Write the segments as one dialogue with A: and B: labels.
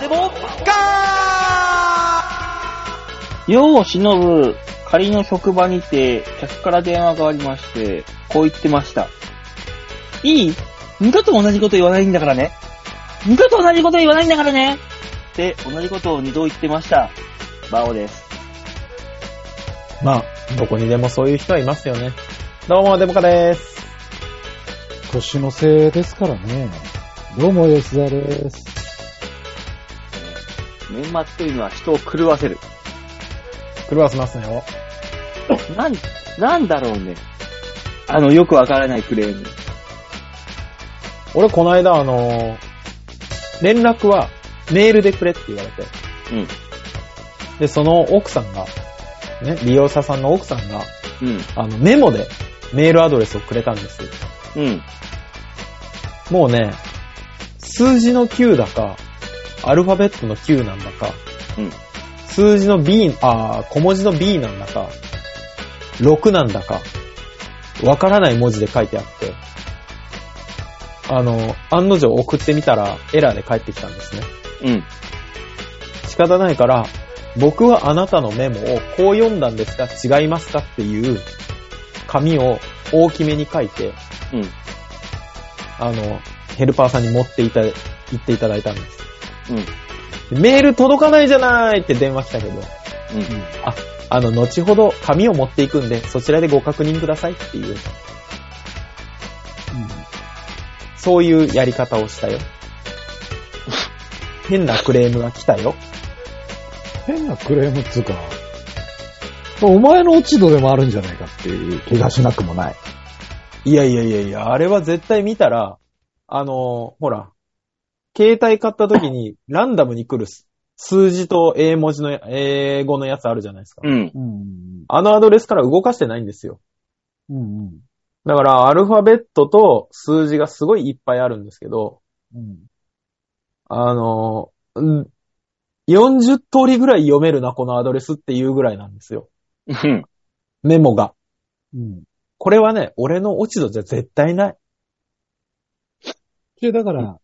A: でも、ガ
B: 世を忍ぶ仮の職場にて、客から電話がありまして、こう言ってました。いい二度と同じこと言わないんだからね。二度と同じこと言わないんだからね。って、同じことを二度言ってました。バオです。
C: まあ、どこにでもそういう人はいますよね。どうも、デモカです。
D: 年のせいですからね。どうも、吉沢です。
B: 年末というのは人を狂わせる。
C: 狂わせますねよ。
B: なん、なんだろうね。あの、よくわからないクレーム。
C: 俺、この間、あの連絡はメールでくれって言われて。
B: うん。
C: で、その奥さんが、ね、利用者さんの奥さんが、
B: うん。
C: あの、メモでメールアドレスをくれたんです。
B: うん。
C: もうね、数字の9だか、アルファベットの9なんだか、
B: うん
C: 数字の B、あー小文字の B なんだか、6なんだか、わからない文字で書いてあって、あの、案の定送ってみたらエラーで返ってきたんですね。
B: うん。
C: 仕方ないから、僕はあなたのメモをこう読んだんですか違いますかっていう紙を大きめに書いて、
B: うん。
C: あの、ヘルパーさんに持っていた、行っていただいたんです。
B: うん。
C: でメール届かないじゃないって電話来たけど、あの、後ほど紙を持っていくんで、そちらでご確認くださいっていう、そういうやり方をしたよ。変なクレームが来たよ。
D: 変なクレームっつうか、お前の落ち度でもあるんじゃないかっていう気がしなくもない。
C: いやいやいやいや、あれは絶対見たら、あのーほら、携帯買った時にランダムに来るす数字と英文字のや、英語のやつあるじゃないですか。
B: うん。
D: うん。
C: あのアドレスから動かしてないんですよ。
D: うん。うん。
C: だから、アルファベットと数字がすごいいっぱいあるんですけど、
D: うん。
C: あの、うん40通りぐらい読めるな、このアドレスっていうぐらいなんですよ。
B: うん。
C: メモが。
D: うん。
C: これはね、俺の落ち度じゃ絶対ない。
D: で、だから、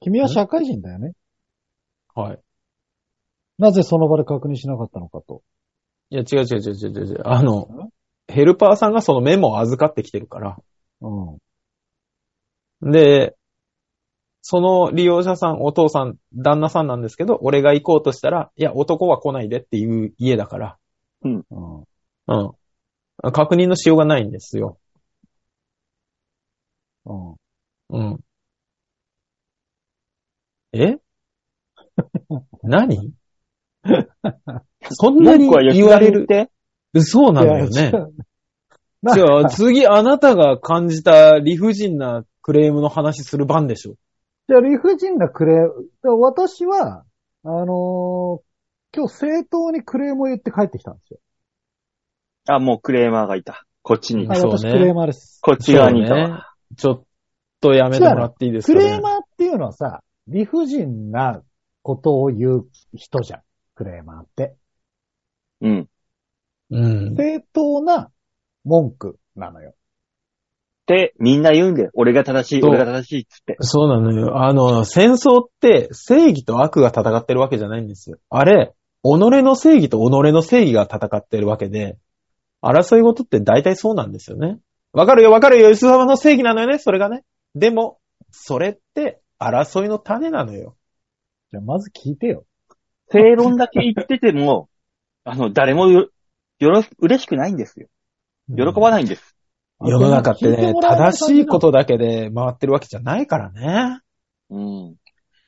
D: 君は社会人だよね。
C: はい。
D: なぜその場で確認しなかったのかと。
C: いや、違う違う違う違う違う違う。あの、ヘルパーさんがそのメモを預かってきてるから。
D: うん。
C: で、その利用者さん、お父さん、旦那さんなんですけど、俺が行こうとしたら、いや、男は来ないでっていう家だから。
D: うん。
C: うん。確認のしようがないんですよ。
D: うん。
C: うん。え 何 そんなに
B: 僕は
C: 言
B: 言
C: わ
B: わ
C: れ
B: れる
C: る
B: っ。て
C: そうなんだよ
D: いや
C: ね。。
D: 違う
C: じゃあ次あなたが感じた理不尽なクレームの話する番でしょ。
D: じゃあ、理不尽なクレーム。だから私は、あのー今日正当にクレームを言って帰ってきたんですよ。
B: あ、もうクレーマーがいた。こっちにい
C: は
B: た。
D: あ
C: そうね
D: 私クレーマーです。
B: こっち側にいた
C: そうね
B: わ。
C: ちょっとやめてもらっていいです
D: ク
C: か、ね、
D: レーマーっていうのはさ、理不尽なことを言う人じゃん。クレーマーって。
B: うん。
C: うん。
D: 正当な文句なのよ。
B: って、みんな言うんだよ。俺が正しい、
C: そう
B: 俺が正しいっつって。
C: そうなのよ。あの、戦争って正義と悪が戦ってるわけじゃないんですよ。あれ、己の正義と己の正義が戦ってるわけで、争い事って大体そうなんですよね。わかるよ、わかるよ、吉沢の正義なのよね、それがね。でも、それって争いの種なのよ。
D: じゃあ、まず聞いてよ。
B: 正論だけ言ってても、 あの、誰もよ、よろ、嬉しくないんですよ。喜ばないんです。
C: 世の中って
D: 聞い
C: ね、
D: もらえない
C: 正しいことだけで回ってるわけじゃないからね。
B: うん。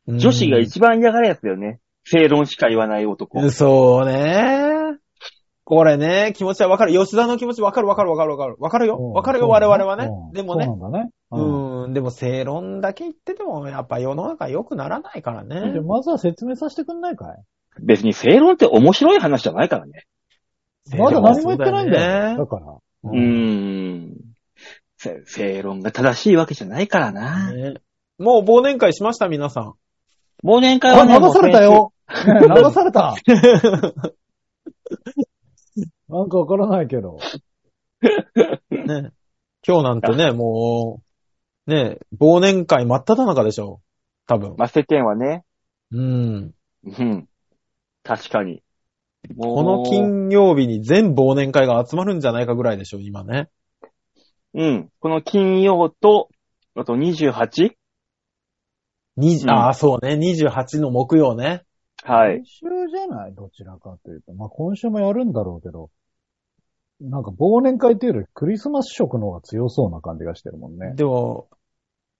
C: うん
B: 女子が一番嫌がるやつだよね。正論しか言わない男。
C: そうね。これね、気持ちはわかる。吉田の気持ちわかるわかるわかるわかる。わかるよ。
D: うん
C: わかるよ、
D: そう
C: 我
D: だね
C: 々はね
D: うん。
C: でもね
D: そ。うなんだね。うん
C: うん、でも正論だけ言ってても、やっぱ世の中良くならないから
D: じゃ
C: ね
D: あ。まずは説明させてくんないかい
B: 別に正論って面白い話じゃないからね。
D: まだ何も言ってないんだよ。
C: そう
D: だから。
B: うーん。せ正論が正しいわけじゃないから
C: だ
B: な。
C: よねねもう忘年会しました、皆さん。
B: 忘年会
D: あ、
B: はね、も
D: 流
B: う
D: されたよ。ね流さ れた。なんかわからないけど。
C: ね。今日なんてね、もう、ね、忘年会真っ只中でしょ。多分。
B: まあ、世間はね、
C: うん。
B: うん。確かに。もう
C: この金曜日に全忘年会が集まるんじゃないかぐらいでしょ、今ね。
B: うん。この金曜と、あと 28?
C: に
B: うん
C: ああ、そうね。28の木曜ね。
B: はい。
D: 今週じゃないどちらかというと。まあ、今週もやるんだろうけど。なんか忘年会というよりクリスマス色の方が強そうな感じがしてるもんね。
C: でも、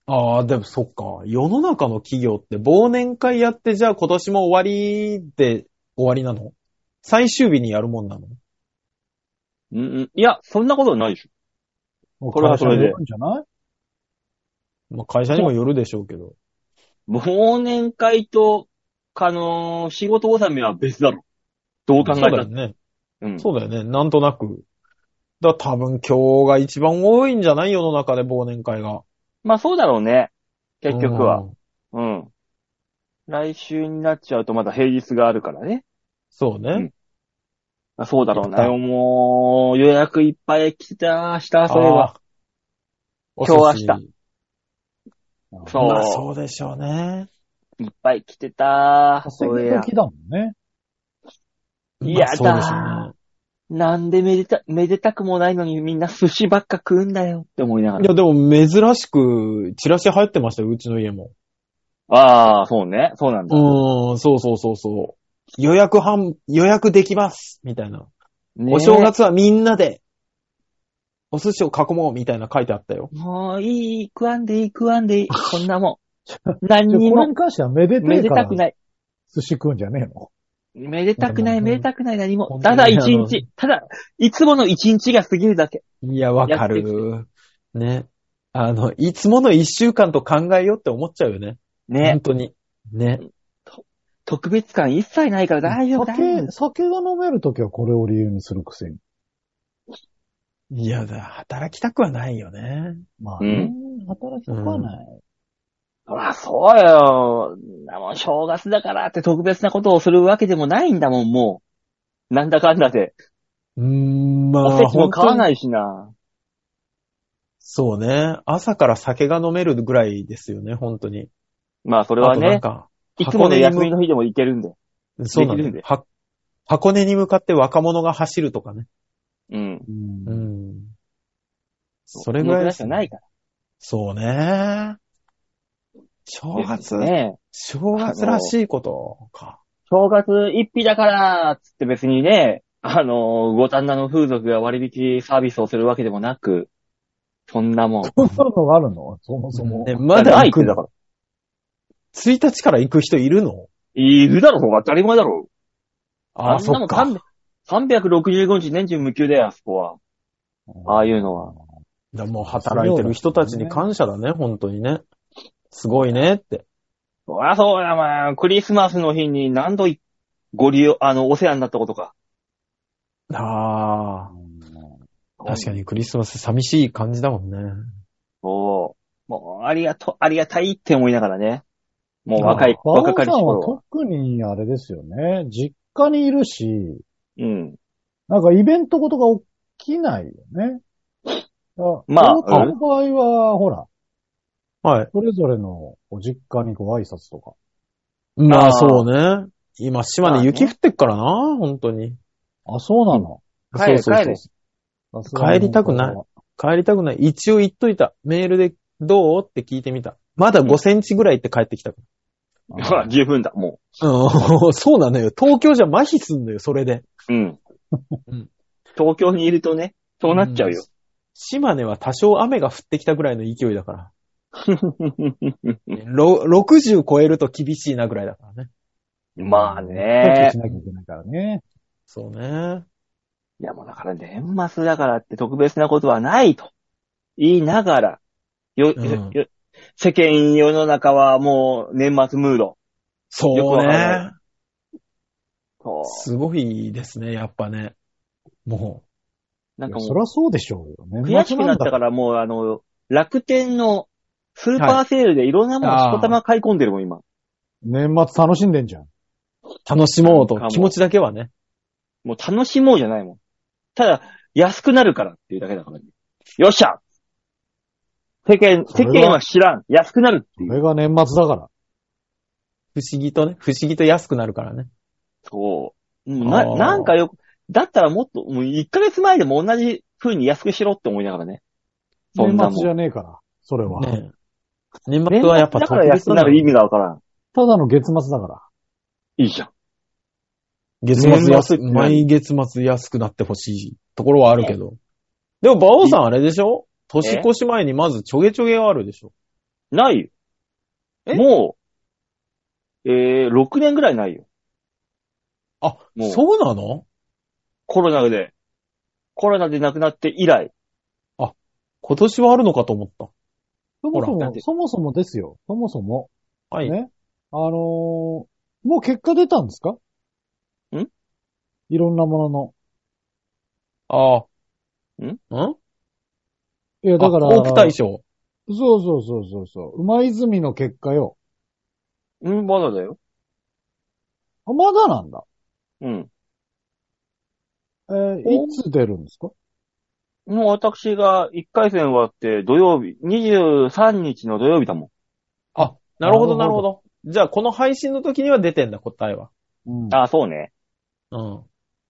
C: ああ、でもそっか。世の中の企業って忘年会やって、じゃあ今年も終わりで終わりなの最終日にやるもんなの
B: うんうん。いや、そんなことないでしょ。
D: こ
B: れはそれで
D: んじゃない
C: まあ、会社にもよるでしょうけど。
B: 忘年会と、あのー仕事納めは別だろ。どう考え
C: そ
B: た
C: うだ
B: って
C: よね。
B: うん。
C: そうだよね。なんとなく。だから多分今日が一番多いんじゃない世の中で忘年会が。
B: まあそうだろうね。結局
C: う
B: は。
C: ん。
B: うん。来週になっちゃうとまだ平日があるからね。
C: そうね。
B: うんまあ、そうだろう
C: やっ
B: な。
C: た
B: もう、予約いっぱい来た、した、それは。
C: あー。
B: 今日
C: お寿司
B: 明そう
C: まあそうでしょうね。
B: いっぱい来てた、そ
D: 稼
B: れ
D: ぎ
B: や。
D: 時だもんね。
B: いや
C: まあそうでしょうね。
B: なんでめでた、めでたくもないのにみんな寿司ばっか食うんだよって思いなが
C: い
B: ら。
C: や、でも珍しく、チラシ入ってましたよ、うちの家も。
B: ああ、そうね。そうなん
C: う。ーん、そうそうそうそう。予約半、予約できますみたいな。
B: ねえ
C: お正。月はみんなで、お寿司を囲もうみたいな書いてあったよ。
B: もういい、食わんでいい、食わんでいい。こんなもん。 何
D: で
B: に
D: これ
B: も、
D: に関してはめでて
B: め
D: え
B: で
D: か
B: た
D: ら
B: くない。
D: 寿司食うんじゃねえの
B: めでたくない、
C: うん
B: めでたくない、何も
C: 本。当
B: た
C: に
B: だ一
C: あの
B: 日、ただ、いつもの一日が過ぎるだけ。
C: いや、わか
B: やって
C: る。ね。あの、いつもの一週間と考えようって思っちゃうよね。
B: ね
C: 本。当に。ね。
B: 特別感一切ないから大丈夫、大丈
D: 酒、
B: 夫。
D: 酒が飲めるときはこれを理由にするくせに。
C: いやだ、働きたくはないよね。
D: まあ、ね働きたくはない。
B: ほら、そうよ。なもん正月だからって特別なことをするわけでもないんだもん、もう。なんだかんだで。
C: うーん、まあ。
B: おせちも買わ
C: い。
B: ないしな。
C: そうね。朝から酒が飲めるぐらいですよね、本当に。
B: まあ、そ
C: こ
B: れは
C: なん
B: ね、
C: か、
B: いつもの休
C: 箱根
B: み
C: に
B: の日でも行けるんで。
C: 向そうなんだ
B: できるん
C: よ
B: で
C: は箱根に向かって若者が走るとかね。
B: うん。
D: うん
C: うん。それぐらい
B: で
C: ですす
B: ね。
C: ね
B: ないか
C: そうね。正
B: ら。
C: 月、
B: ね
C: 正月らしいことか。
B: 正月一日だから、つって別にね、あのー、五反田の風俗が割引サービスをするわけでもなく、そんなもん。
D: そんなのがあるのそもそも。
C: ね、ま
B: な
C: だ
B: い
C: 行
B: って
C: く
B: だから。
C: 1日から行く人いるの
B: いるだろ、当たり前だろ。
C: ああ、
B: んな
C: そ
B: も
C: っ
B: ん
C: か。
B: 365日年中無休だよ、あそこは。ああいうのは。
C: だもう働いてる人たちに感謝だね、本当にね。すごいねって。
B: そりゃそうだ、まあ、クリスマスの日に何度いご利用、あの、お世話になったことか。
C: ああ、確か。にクリスマス寂しい感じだもんね。
B: そう。もう、ありがとう、ありがたいって思いながらね。もう若い、
D: 馬
B: 若
D: 王
B: かり
D: さ
B: し
D: ん
B: 頃
D: は
B: は。
D: 特にあれですよね。実家にいるし、
B: うん。
D: なんかイベントことが起きないよね。
B: まあ
D: 大田の場合は、ほら、
C: はい。
D: それぞれのお実家にご挨拶とか。
C: ま
B: あー
C: あそうね。今、島根雪
B: まあ
C: 降ってっからな、本当に。
D: あ、そうなの。
B: 帰れ
C: そうそうそう
B: 帰れ
D: さすがに
C: 帰りたくない
D: こ
C: 帰りたくない。一応言っといた。メールでどうって聞いてみた。まだ5センチぐらいって帰ってきたか
D: こ
B: ほ
D: は。
B: ら、十分だ、も
C: ら。うん、 そうなのよ。東京じゃ麻痺すんのよ、それで。
B: う。うん
C: うん。
B: 東京にいるとね、そうなっちゃうよ。
C: 島根は多少雨が降ってきたぐらいの勢いだ から。ろ60超えると厳しいなぐらいだからね。
B: まあ
D: え
B: ね
D: し。なきゃいけないからね。
C: そうね。
B: いや、もうだから年末だからって特別なことはないと言いながら、よ、
C: うん
B: よ、世間世の中はもう年末ムード。よく
C: そ
B: わ
C: う
B: からな
C: ね。
B: そう。
C: すごいですね、やっぱね。も
B: なんか
D: いや
B: も
D: そりゃそうでしょうよ。
B: う、
D: 年
B: 悔し
D: 末
B: く
D: な
B: なっ
D: んだ
B: たからもうあの、楽天のスーパーセールでいろんなものをしこたま買い込んでるもん、今。
D: 年末楽しんでんじゃん。
C: う、楽しもう
B: か
C: と
B: も
C: 気持ちだけはね。
B: もう楽しもうじゃないもん。ただ、安くなるからっていうだけだからね。よっしゃ世間、
D: それ
B: 世
D: は
B: 間は知らん。安くなるって
D: そ
B: いう。
D: れが年末だから。
C: 不思議とね、不思議と安くなるからね。
B: そう。うん
C: あ
B: な、
C: ー
B: なんかよく、だったらもっと、もう1ヶ月前でも同じ風に安くしろって思いながらね。そん
D: 年
B: な
D: 末
B: も
D: じ
B: ん。
D: ゃねえから、それは。
C: ね年末はやっぱ
B: だから安くなる意味がわからん。
D: ただの月末だから。
B: いいじゃん。
C: 月末安く、毎月末安くなってほしいところはあるけど。でも、馬王さんあれでしょ年越し前にまずちょげちょげがあるでしょ
B: ないよ。
C: え
B: もう、えー、6年ぐらいないよ。
C: あ、
B: もう、
C: そうなの
B: コロナで、コロナで亡くなって以来。
C: 今年はあるのかと思った。
D: そもそ
B: ほらだって
D: も、そもそもですよ。そもそも。
C: はい。
D: ねあのーもう結果出たんですか
B: ん
D: いろんなものの。
C: ああ。
B: ん
C: ん
D: いや、だから、
C: あトーク大賞。
D: そうそうそうそうそう。馬泉の結果よ。
B: うん、まだだよ。
D: あ、まだなんだ。
B: うん。
D: えー
B: お
D: いつ出るんですか
B: もう私が1回戦終わって土曜日、23日の土曜日だもん。
C: なるほど、な
D: な
C: るほ
D: るほど
C: ど。じゃあ、この配信の時には出てんだ、答えは。
D: うん。
B: ああ、そうね。
C: うん。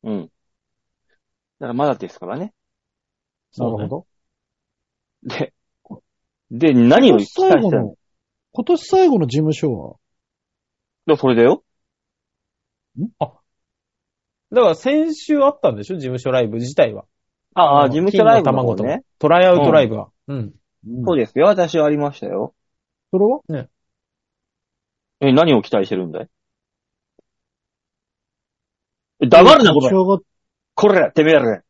B: うん。だからまだですからね。
D: なる
C: そうね
D: ほど。
B: で、で、何を期
D: 今
B: 待
D: 年
B: した
D: 最
B: いの
D: 後の、今年最後の事務所は、
B: だそれだよ。
C: だから、先週あったんでしょ事務所ライブ自体は。
B: ああ、
C: うん
B: 事務所ライブの
C: 金の
B: 方
C: 卵と
B: ね。
C: トライアウトライブは。うん。
D: うん
B: そうですよ。私はありましたよ。
D: それは
B: え、何を期待してるんだいえ黙るな、こ
D: 立ち
B: れ。
D: 上がっ
B: これ、てめえら。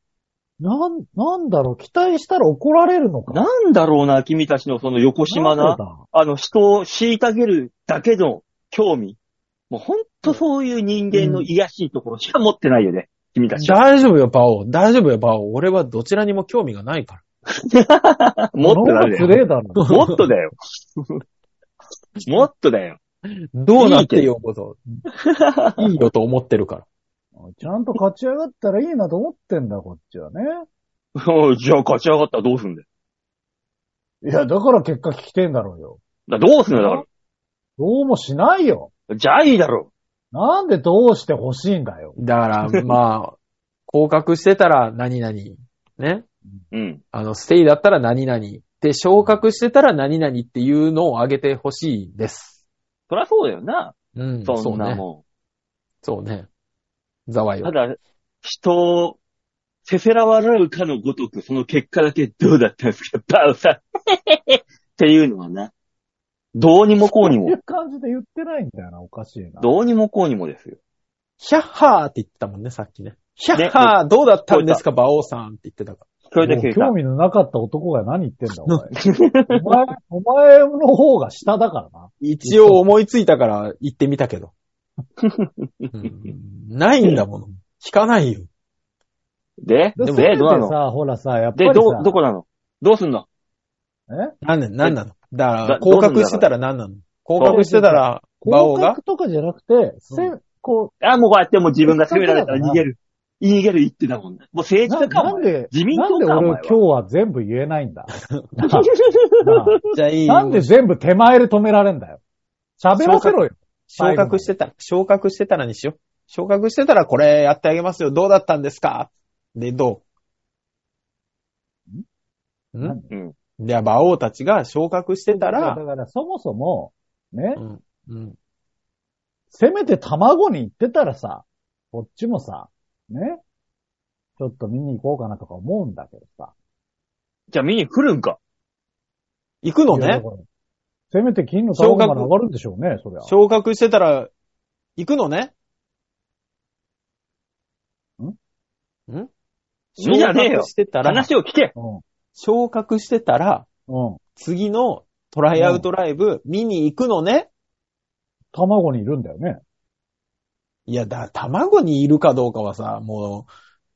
D: なん、なんだろう、期待したら怒られるのか。
B: なんだろうな、君たちのその横島
D: な
B: な、
D: んでだ
B: あの人を虐げるだけの興味。もうほんとそういう人間の癒やしいところしか持ってないよね。君たちは。
C: 大丈夫よ、バオ。大丈夫よ、バオ。俺はどちらにも興味がないから。
B: 持ってない
D: そ
B: よ
D: んな。プレーだろ。
B: もっとだよ。 もっとだよ。
C: どうなってようこそ。いいよと思ってるから。
D: ちゃんと勝ち上がったらいいなと思ってんだ、こっちはね。
B: おいじゃあ勝ち上がったらどうすんだよ。
D: いや、だから結果聞きてんだろうよ。
B: だからどうすんだよ、だか
D: どうもしないよ。
B: ら。じゃあいいだろ
D: なんでどうしてほしいんだよ。
C: だから、まあ、降格してたら何々。ね。
B: う。うん。
C: あの、ステイだったら何々。で、昇格してたら何々っていうのを上げてほしいです。
B: そりゃそうだよな。
C: うん。
B: そんな
C: うね。
B: も
C: そうね。ざわ
B: ん。
C: よ
B: た。だ、人を、せせら笑うかのごとく、その結果だけどうだったんですか、バウさ ん。っていうのはな。どうにもこうに
D: こうい
B: も。
D: う感じで言ってないんだよな、おかしいな。
B: どうにもこうにもですよ。
C: ヒャッハーって言ってたもんね、さっきね。ヒャ
B: ね
C: ッハーどうだったんですか、馬王さんって言ってたか
B: 聞こえた
D: も
B: 聞
D: う興
B: こ
D: 味のなかった男が何言ってんだ、お 前。お前、お前の方が下だからな。
C: ら。一応思いついたから言ってみたけど。うんないんだもの。聞かないよ。
B: えた。で、
D: で、
B: で、
D: それ
B: で
D: で
B: どうなの
D: さ、ほらさ、やっぱり
B: で、
D: さ、
B: どう、どこなのどうすんの
D: え
C: なんで、なんなのだか
B: だ
C: ら、降格してたらなんなの降格してたら、馬王
D: 広
C: が
D: 角とかじゃなくて、せ、こう、
B: あ、もうこうやってもう自分が責められたら逃げる。逃げる言ってたもんな。もう政
D: な
B: 治家か、お
D: な
B: 前
D: んで、
B: 自民
D: なん
B: 党
D: で
B: か、お
D: 俺
B: 前
D: 今日は全部言えないんだ。 な
B: は。
D: な
C: じゃあいいよ
D: なんで全部手前で止められんだよ。喋らせろよ。
C: 昇格してた、昇格してたらにしよう。昇格してたらこれやってあげますよ。どうだったんですかで、どうん
D: 何
B: うん。
C: で、馬王たちが昇格してた
D: だ
C: ら、
D: からそもそも、ね
C: う、ん、うん、
D: せめて卵に行ってたらさ、こっちもさ、ね、ちょっと見に行こうかなとか思うんだけどさ。
B: じゃあ見に来るんか。
C: 行くの
D: いやだ
C: ね
D: からせめて金の卵が上がるんでしょうね、そりゃ。
C: 昇格してたら、行くのねんん
B: いいじゃねえよ
C: してたら、
B: 話を聞け。
D: うん。
C: 昇格してたら、
D: うん。
C: 次のトライアウトライブ見に行くのね
D: 卵にいるんだよね。
C: いや、だ、卵にいるかどうかはさ、も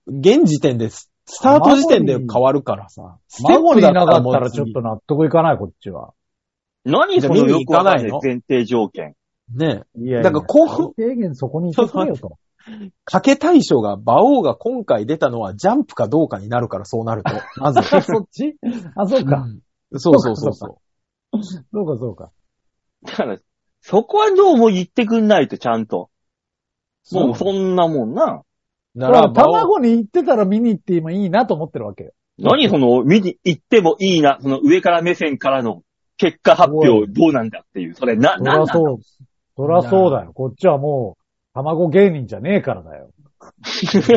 C: う、現時点です。スタート時点で変わるからさ。ステッ
D: 卵
C: プ
D: にい
C: だ
D: なかったらち
C: も
D: ょ
C: う
D: っと納得いかない、こっちは。
B: 何そのよくわかんない
C: じゃあ見に行かないの
B: 前提条件。
C: 次ね
D: いや
C: だからこう
D: 最低限 そこにいてくれよと。
C: え。かけ対象が、馬王が今回出たのはジャンプかどうかになるから、そうな ると。まず。
D: あ、そっちあ、そうか。
C: うんそうそうそうそう。
D: そうか、そうか。
B: だから、そこはどうも言ってくんないと、ちゃんと。もう
C: そう
B: そんなもんな。
C: ならば、
D: 卵に行ってたら見に行って今いいなと思ってるわけよ。
B: 何その、見に行ってもいいな、その上から目線からの結果発
D: お
B: 表どうなんだっていう、それな、な
D: そ
B: ん
D: ら
B: なん
D: そう、そらそうだよ。こっちはもう、卵芸人じゃねえからだよ。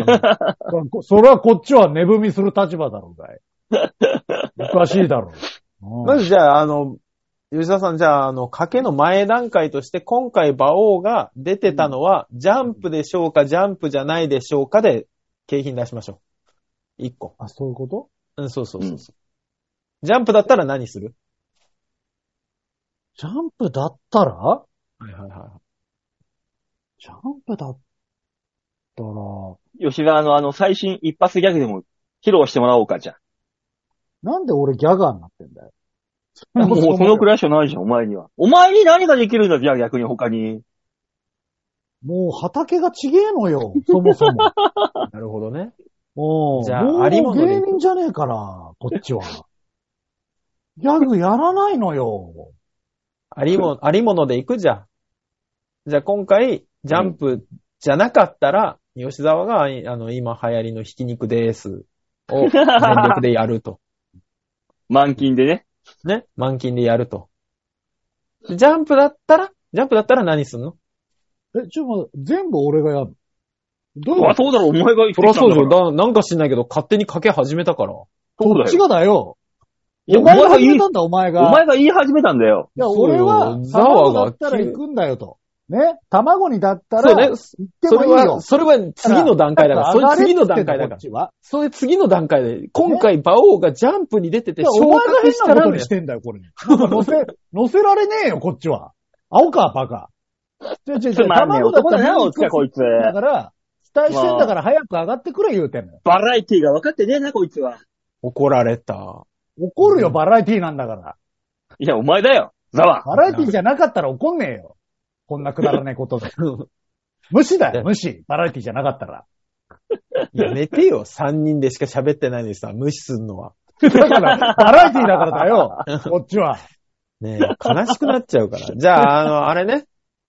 B: だ
D: それはこっちは寝踏みする立場だろうがい。おかしいだろう。
C: まずじゃあ、あの、吉田さん、じゃあ、あの、賭けの前段階として、今回、馬王が出てたのは、ジャンプでしょうか、ジャンプじゃないでしょうかで、景品出しましょう。一個。
D: あ、そういうこと
C: うん、そうそうそうそう、ジャンプだったら何する
D: ジャンプだったら
C: はいはいはい。
D: ジャンプだったら、
B: 吉田のあの、最新一発ギャグでも披露してもらおうか、じゃ
D: なんで俺ギャガーになってんだよ。
B: あ。もうそのくら
D: らい。
B: いしかないじゃん、お前には。お前に何ができるんだ、じゃあ逆に他 に。
D: もう畑がちげえのよ、そもそも。
C: なるほどね。
D: お
C: じゃあ
D: もう
C: ありものでい
D: 芸
C: く
D: 人じゃねえから、こっちは。 ギャグやらないのよ。
C: ありも、ありものでいくじゃん。じゃあ、今回、ジャンプじゃなかったら、吉沢が、あの、今流行りのひき肉です。を、全力でやる と。
B: 満勤でね。
C: ね、満勤でやると。ジャンプだったら、ジャンプだったら何すんの
D: え、ちょ、っと待って全部俺がやる。どういう
B: あ、
D: こ
B: そうだろ、お前が言ってきたんだから。
C: だ、なんか知んないけど、勝手にかけ始めたから。
B: そうだ
D: と
B: よ
D: 違うだよ。
B: いや
D: お前
B: お前が
D: が始めたんだ、お前
B: お
D: が。
B: 前が言い始めたんだよ。
D: いや、
C: そう
D: 俺
C: よ
D: は、
C: ざわ
D: 卵
C: が
D: だったら行くんだよと。ね卵にだったら、
C: そうね
D: 行っ
C: そ
D: ても
C: れ
D: いいよ
C: は、。それは次の段階だから、そ
D: 上が
C: れ
D: れ
C: 次の
D: って
C: 段
D: 言って
C: 階
D: んだ
C: だか
D: こ
C: ら。
D: っちは。
C: そういう次の段階で、今回、馬王がジャンプに出てて、
D: いやお
C: 昇
D: 前が
C: 格した
D: 変な
C: ら
D: ことに
C: ね
D: し、てんだよ、これ。なんか乗せ、 乗せられねえよ、こっちは。青か、バカ。違う違う違う
B: つまんねえ男だな、
D: 卵
B: お
D: っ
B: つ
D: たら
B: か、こいつ。
D: だから、期待してんだから早く上がってくれ言うてんのよ。
B: バラエティが分かってねえな、こいつは。
C: 怒られた。
D: 怒るよ、
C: うん
D: バラエティーなんだから。
B: いや、お前だよ、ザ ワ。
D: バラエティーじゃなかったら怒んねえよ。こんなくだらないことで。無視だよ、無視。バラエティーじゃなかったら。
C: やめてよ、3人でしか喋ってないのにさ、無視すんのは。
D: だから、バラエティーだからだよ、こっちは。
C: ねえ、悲しくなっちゃ うから。じゃあ、あの、あれね。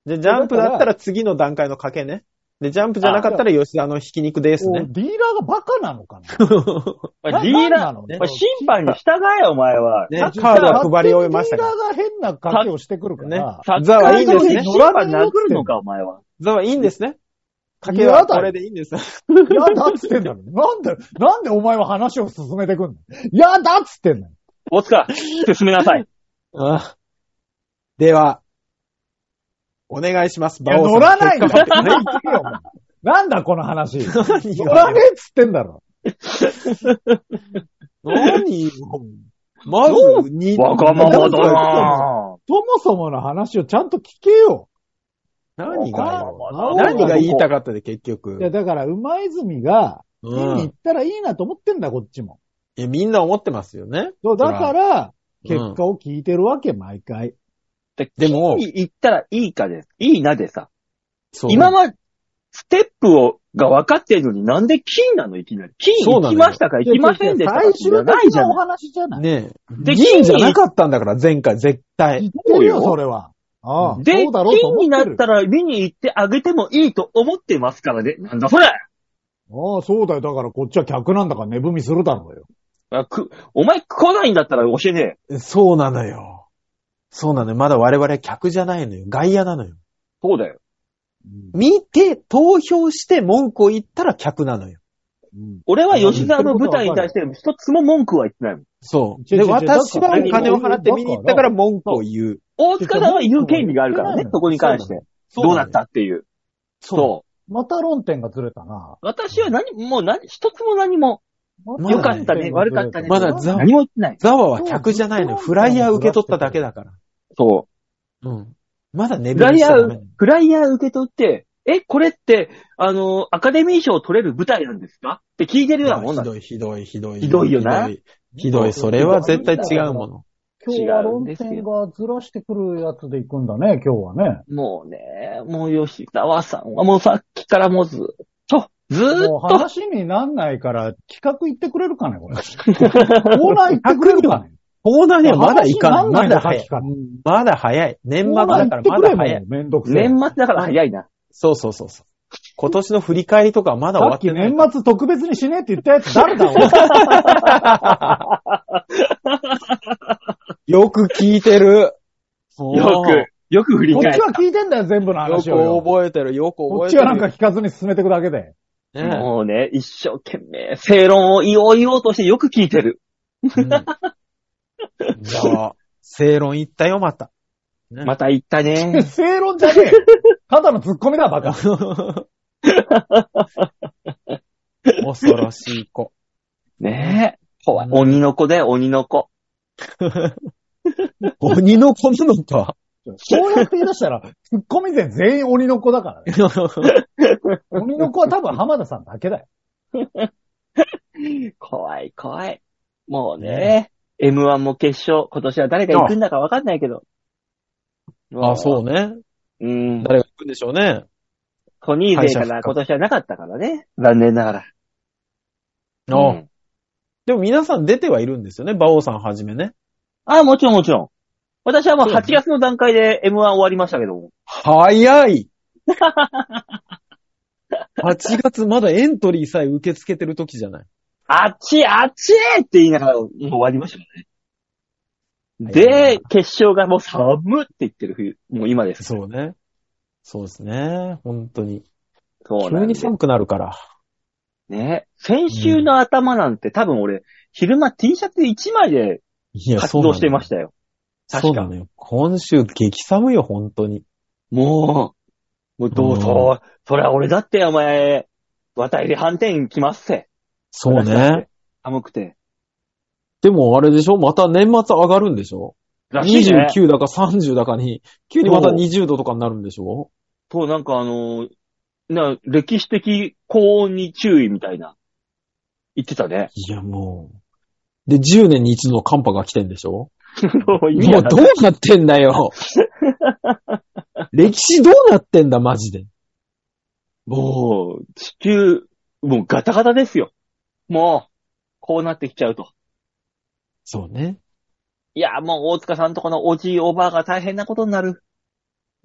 C: じゃあジャンプだったら次の段階の賭けね。で、ジャンプじゃなかったら吉田のひき肉です
D: もう
C: ね。
D: ディーラーがバカなのかな
B: お前ディーラ
D: ななんなの
B: ー、お前審判に従えよ、お前は。
C: ねカードは配り終えました
D: デ
C: か
D: ィ
C: ら
D: ーラーが変な賭けをしてくるから。
B: サッ
C: ザ
B: カ
C: ワ
B: ー
C: いいん
B: 上
C: です
B: に
C: ね
B: 審判殴るのか、お前は。
C: ザワいいんですね。賭けはこれでいいんですね。
D: やだっつってんだろ。なんで、なんでお前は話を進めてくんのやだっつってんの
B: 大塚、進めなさい。
C: ああでは、お願いします。
D: いや、
C: 馬王さん
D: 乗らないんだ
C: 結果
D: よ
C: 発表ね。
D: なんだこの話。乗
C: 何よ
D: らねえっつってんだろ。
C: 何よまず、に
B: わがままだなぁ。
D: そもそもの話をちゃんと聞けよ。
C: 何がよ
D: わがままだ
C: 何が言いた
B: か
C: かったで、結局
D: い。や、だから、馬泉が、見
C: う
D: に行
C: ん。
D: ったらいいなと思ってんだ、こっちも。
C: いや、みんな思ってますよね。
D: そうだから、
C: そ
D: 結
C: らうん
D: 果を聞いてるわけ、毎回。
B: で
C: で
B: も、
C: も
B: 聞きに行ったらいいかで、いいなでさ。
C: そう
B: 今まで、ステップを、が分かってるのになんで金なのいきなり。金
C: そう
B: 行
C: なの
B: き
C: よ
B: ましたか行きませんでしたか
D: 最終
B: じゃない
D: 的
B: じゃ
D: なお
B: ん。
D: 話じゃない。
C: ね
B: で
C: え。銀じゃなかったんだから、前回、絶対。
D: 聞いてる
B: そう
D: よ、
B: よ
D: それは。ああ、
B: で、
D: そうだろうと
B: 金
D: 思
B: に
D: っ
B: な
D: て
B: っ
D: る。
B: たら見に行ってあげてもいいと思ってますからね。なんだそれ
D: ああ、そうだよ。だから、こっちは客なんだから、寝踏みするだろうよ。
B: あく、お前来ないんだったら教えねえよ。
C: そうなのよ。そうなのよ。まだ我々客じゃないのよ。外野なのよ。
B: そうだよ。
C: 見て、投票して文句を言ったら客なのよ。
D: うん
B: 俺は吉沢の舞台に対して一つも文句は言ってないもん。
C: そう。
D: 違
C: で、
D: う違う違う
C: 私は
B: だ
C: お
B: から
C: 金を払って見に行ったから文句を言う。
B: 大塚さんは言う権利があるからね、そこに関して。どうだったっていう。
C: そ
B: そう。
D: また論点がずれたな。
B: 私は何、もう何、一つも何も、
C: まだね
B: 良かったね、悪かったね。
C: まだざ
B: 何も言ってない。
C: う。ザワは客じゃないのよ。
D: そう
C: フライヤー受け取っただけだから。
B: そ
C: うん。まだ
B: う。
C: 眠
B: フライ
C: りし
B: ヤ
C: ちゃダメ
B: ー、フライヤー受け取って、え、これって、あの、アカデミー賞を取れる舞台なんですかって聞いてるようなもん
C: ひ
B: なの。
C: どい、ひどい、ひどい。
B: ひどいよな
C: ひどい。ひどい、それは絶対違うもの。
D: 今日は論点がずらしてくるやつで行くんだね、今日はね。
B: もうね、もう吉沢さんはもうさっきからもうずっと、ずーっ
D: もう
B: と、
D: 話になんないから、企画言ってくれるかね、これ。コーナー言ってくれるかね。
C: コーナーにはまだ行かない。
D: 話な
C: ま
D: んで
C: だ早
D: 先
C: い。
D: かな。
C: まだ早い。年末だからまだ早い。。
D: めんどくせえ。
B: 年末だから早いな。
C: そうそうそうそう。今年の振り返りとかまだ終
D: さ
C: わ
D: っ
C: って
D: き
C: ない
D: 年。末特別にしねえって言ったや つ誰だ俺
C: よく聞いてる。
B: よく、よく振り
D: こっ
B: 返
D: ち
B: る。
D: は聞いてんだよ、全部
C: よ
D: の話をよ。
C: く覚えてる。よく
D: こ
C: 覚え
D: ってち
C: る。
D: はなんか聞かずに進めていくだけで。
C: ね
B: もうね、一生懸命、正論を言おう言おうとしてよく聞いてる。
C: うんじゃあ、正論言ったよ、また。ね
B: また言った ね。
D: 正論じゃねえ。ただのツッコミだ、バカ。
C: 恐ろしい子。
B: ねえ。怖い。
C: うん
B: 鬼の子だよ、鬼の子。
C: 鬼の子なのか。
D: そうやって言い出したら、ツッコミ勢全員鬼の子だからね。鬼の子は多分浜田さんだけだよ。
B: 怖い、怖い。もうね、M1 も決勝、今年は誰が行くんだかわかんないけど。
C: あ、そうね。
B: う。うん。
C: 誰が行くんでしょうね。
B: ソニー勢か
C: 敗者
B: ら今
C: 復活
B: 年はなかったからね。残念ながら。
C: あ
B: うん
C: でも皆さん出てはいるんですよね。馬王さんはじめね。
B: あ、もちろんもちろん。私はもう
C: そうね
B: 8月の段階で M1 終わりましたけども。
C: 早い8月まだエントリーさえ受け付けてる時じゃない。
B: あっち、あっちって言いながら、もう終わりましたからね。
C: 早い
B: で
C: な、
B: 決勝がもう寒って言ってる冬、もう今です。
C: そうね。そうですね。本当に。
B: そうな
C: 急
B: んで
C: に
B: す。
C: 寒くなるから。
B: ね。先週の頭なんて多分俺、昼間 T シャツ1枚で
C: いや、
B: 活
C: そうなの
B: 動してましたよ。確か
C: そうなのよ。今週激寒いよ、本当に。
B: もう、もうど
C: う
B: うんそう、そりゃ俺だってお前、渡り反転来ますせ。
C: そうね。
B: 寒くて。
C: でもあれでしょまた年末上がるんでしょ
B: らしいね。
C: ?29 だか30だかに、急にまた
B: そう
C: 20度とかになるんでしょ
B: そう、なんかあのーな、歴史的高温に注意みたいな、言ってたね。
C: いや、もう。で、10年に一度の寒波が来てんでしょ
B: そう、
C: もうどうなってんだよ歴史どうなってんだ、マジで。
B: もう、地球、もうガタガタですよ。もう、こうなってきちゃうと。
C: そうね。
B: いや、もう大塚さんとこのおじいおばあが大変なことになる。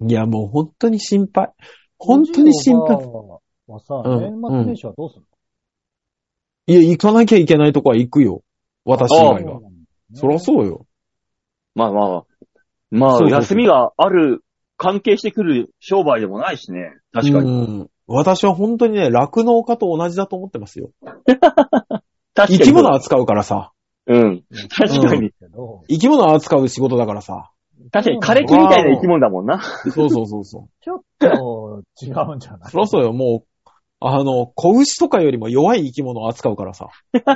C: いや、もう本当に心配。本当に心配。
D: はさ、
C: うん
D: 年末年始はどうする
C: いや、行かなきゃいけないとこは行くよ。私以
B: あ
C: 外
D: の
C: は。そらそうよ。
B: まあまあ、ま
C: そうそ
B: あ、
C: うそ
B: 休
C: う
B: みがある、関係してくる商売でもないしね。確かに。
C: うん。私は本当にね、酪農家と同じだと思ってますよ。
B: 確かに。
C: 生き物扱うからさ。
B: うん。確かに。
C: 生き物扱う仕事だからさ。
B: 確かに、枯れ木みたいな生き物だもんな。
C: そうそうそうそう。
D: ちょっと違うんじゃない
C: そらそうよ、もう、あの、子牛とかよりも弱い生き物を扱うからさ。
D: うんそ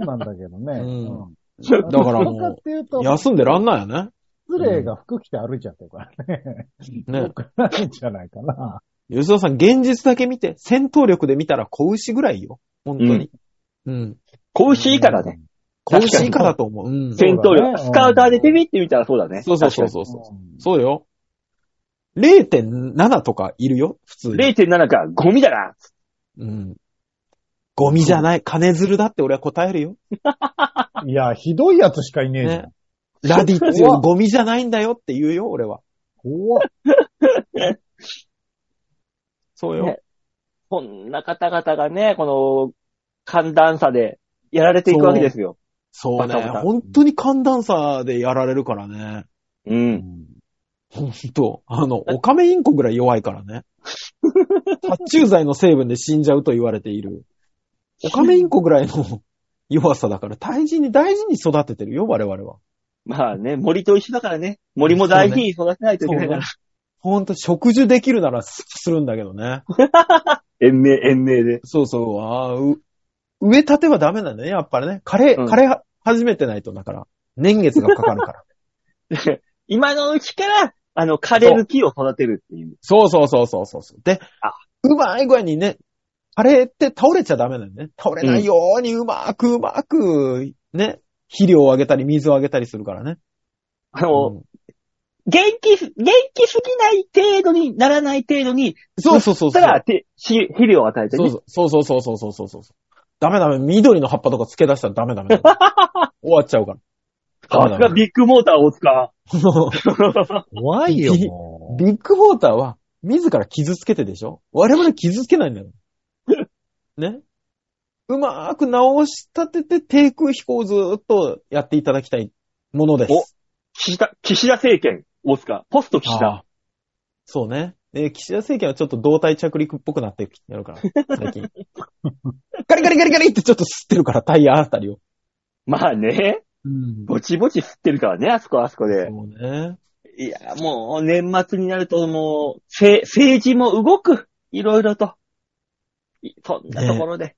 D: うなんだけどね。
C: うん
D: うん
C: だから
D: どっちか
C: も
D: っていうと、
C: 休んでらんないよ
D: 失礼が服着て歩いちゃってるからね。
C: ね。ね
D: 良。くないんじゃないかな。
C: 吉田さん、現実だけ見て、戦闘力で見たら子牛ぐらいよ。本当に。うん。
B: 子牛以下だね。
C: 子牛以下だと思う。うん。
D: そう
B: 戦闘
D: そうだ
B: 力。
D: ね。
B: スカウターで手ビってみたらそうだね。
C: そうそうそうそううんそう。そうよ。0.7とかいるよ、普通に。
B: 確かに0.7か、ゴミだな。
C: うん。ゴミじゃない、金づるだって俺は答えるよ。
D: いや、ひどいやつしかいねえじゃ
C: ね。ラ
D: ん
C: ディッツよりゴミじゃないんだよって言うよ、俺は。
D: 怖っ
C: そうよ。
B: ねこんな方々がね、この、寒暖差で、やられていくわけですよ。
C: そう
B: バタ
C: ね
B: バタ。
C: 本当に寒暖差でやられるからね。
B: う。
D: うんん
C: 本当あの、オカメインコぐらい弱いからね。殺虫剤の成分で死んじゃうと言われている。オカメインコぐらいの 弱さだから、大事に大事に育ててるよ、我々は。
B: まあね、森と一緒だからね。森も大事に育てないといけないから。
C: 本当植樹できるならすするんだけどね。
B: 延命、延命で。
C: そうそう、あーう植え立てはダメなんだね、やっぱりね。枯れ、
B: うん
C: 枯れは始めてないと、だから。年月がかかるから。
B: 今のうちから、あの、枯れる木を育てるっていう。
C: そうそうそうそうそうそう。で
B: あ、
C: うまい具合にね、あれって倒れちゃダメだよね。倒れないようにうまくうまく、ね、肥料をあげたり水をあげたりするからね。
B: あの、
C: うん
B: 元気す、元気すぎない程度にならない程度に、
C: そうそうそ
B: そ
C: う
B: し
C: そう。
B: たら、て、し、肥料を与えて
C: そ
B: ね。
C: うそうそうそうそ うそうそうそう。ダメダメ。緑の葉っぱとか付け出したらダメダメ。終わっちゃうから。ダ
B: さ
C: メだ
B: すがビッグモーター大塚。
C: も
D: 怖 いよ、
C: いい
D: も
C: う
D: う。
C: ビッグモーターは、自ら傷つけてでしょ我々傷つけないんだよ。 ねうまーく直し立てて低空飛行をずーっとやっていただきたいものです。
B: お 岸田、岸田政権、大塚。ポスト岸
C: あ
B: 田。
C: あそうね。で、岸田政権はちょっと胴体着陸っぽくなってきて るから、最近。ガリガリガリガリってちょっと吸ってるから、タイヤあたりを。
B: まあね、
D: うん
B: ぼちぼち吸ってるからね、あそこあそこで。
C: そうね。
B: いや、もう年末になるともう、せ政治も動く。いろいろと。いそんなところで。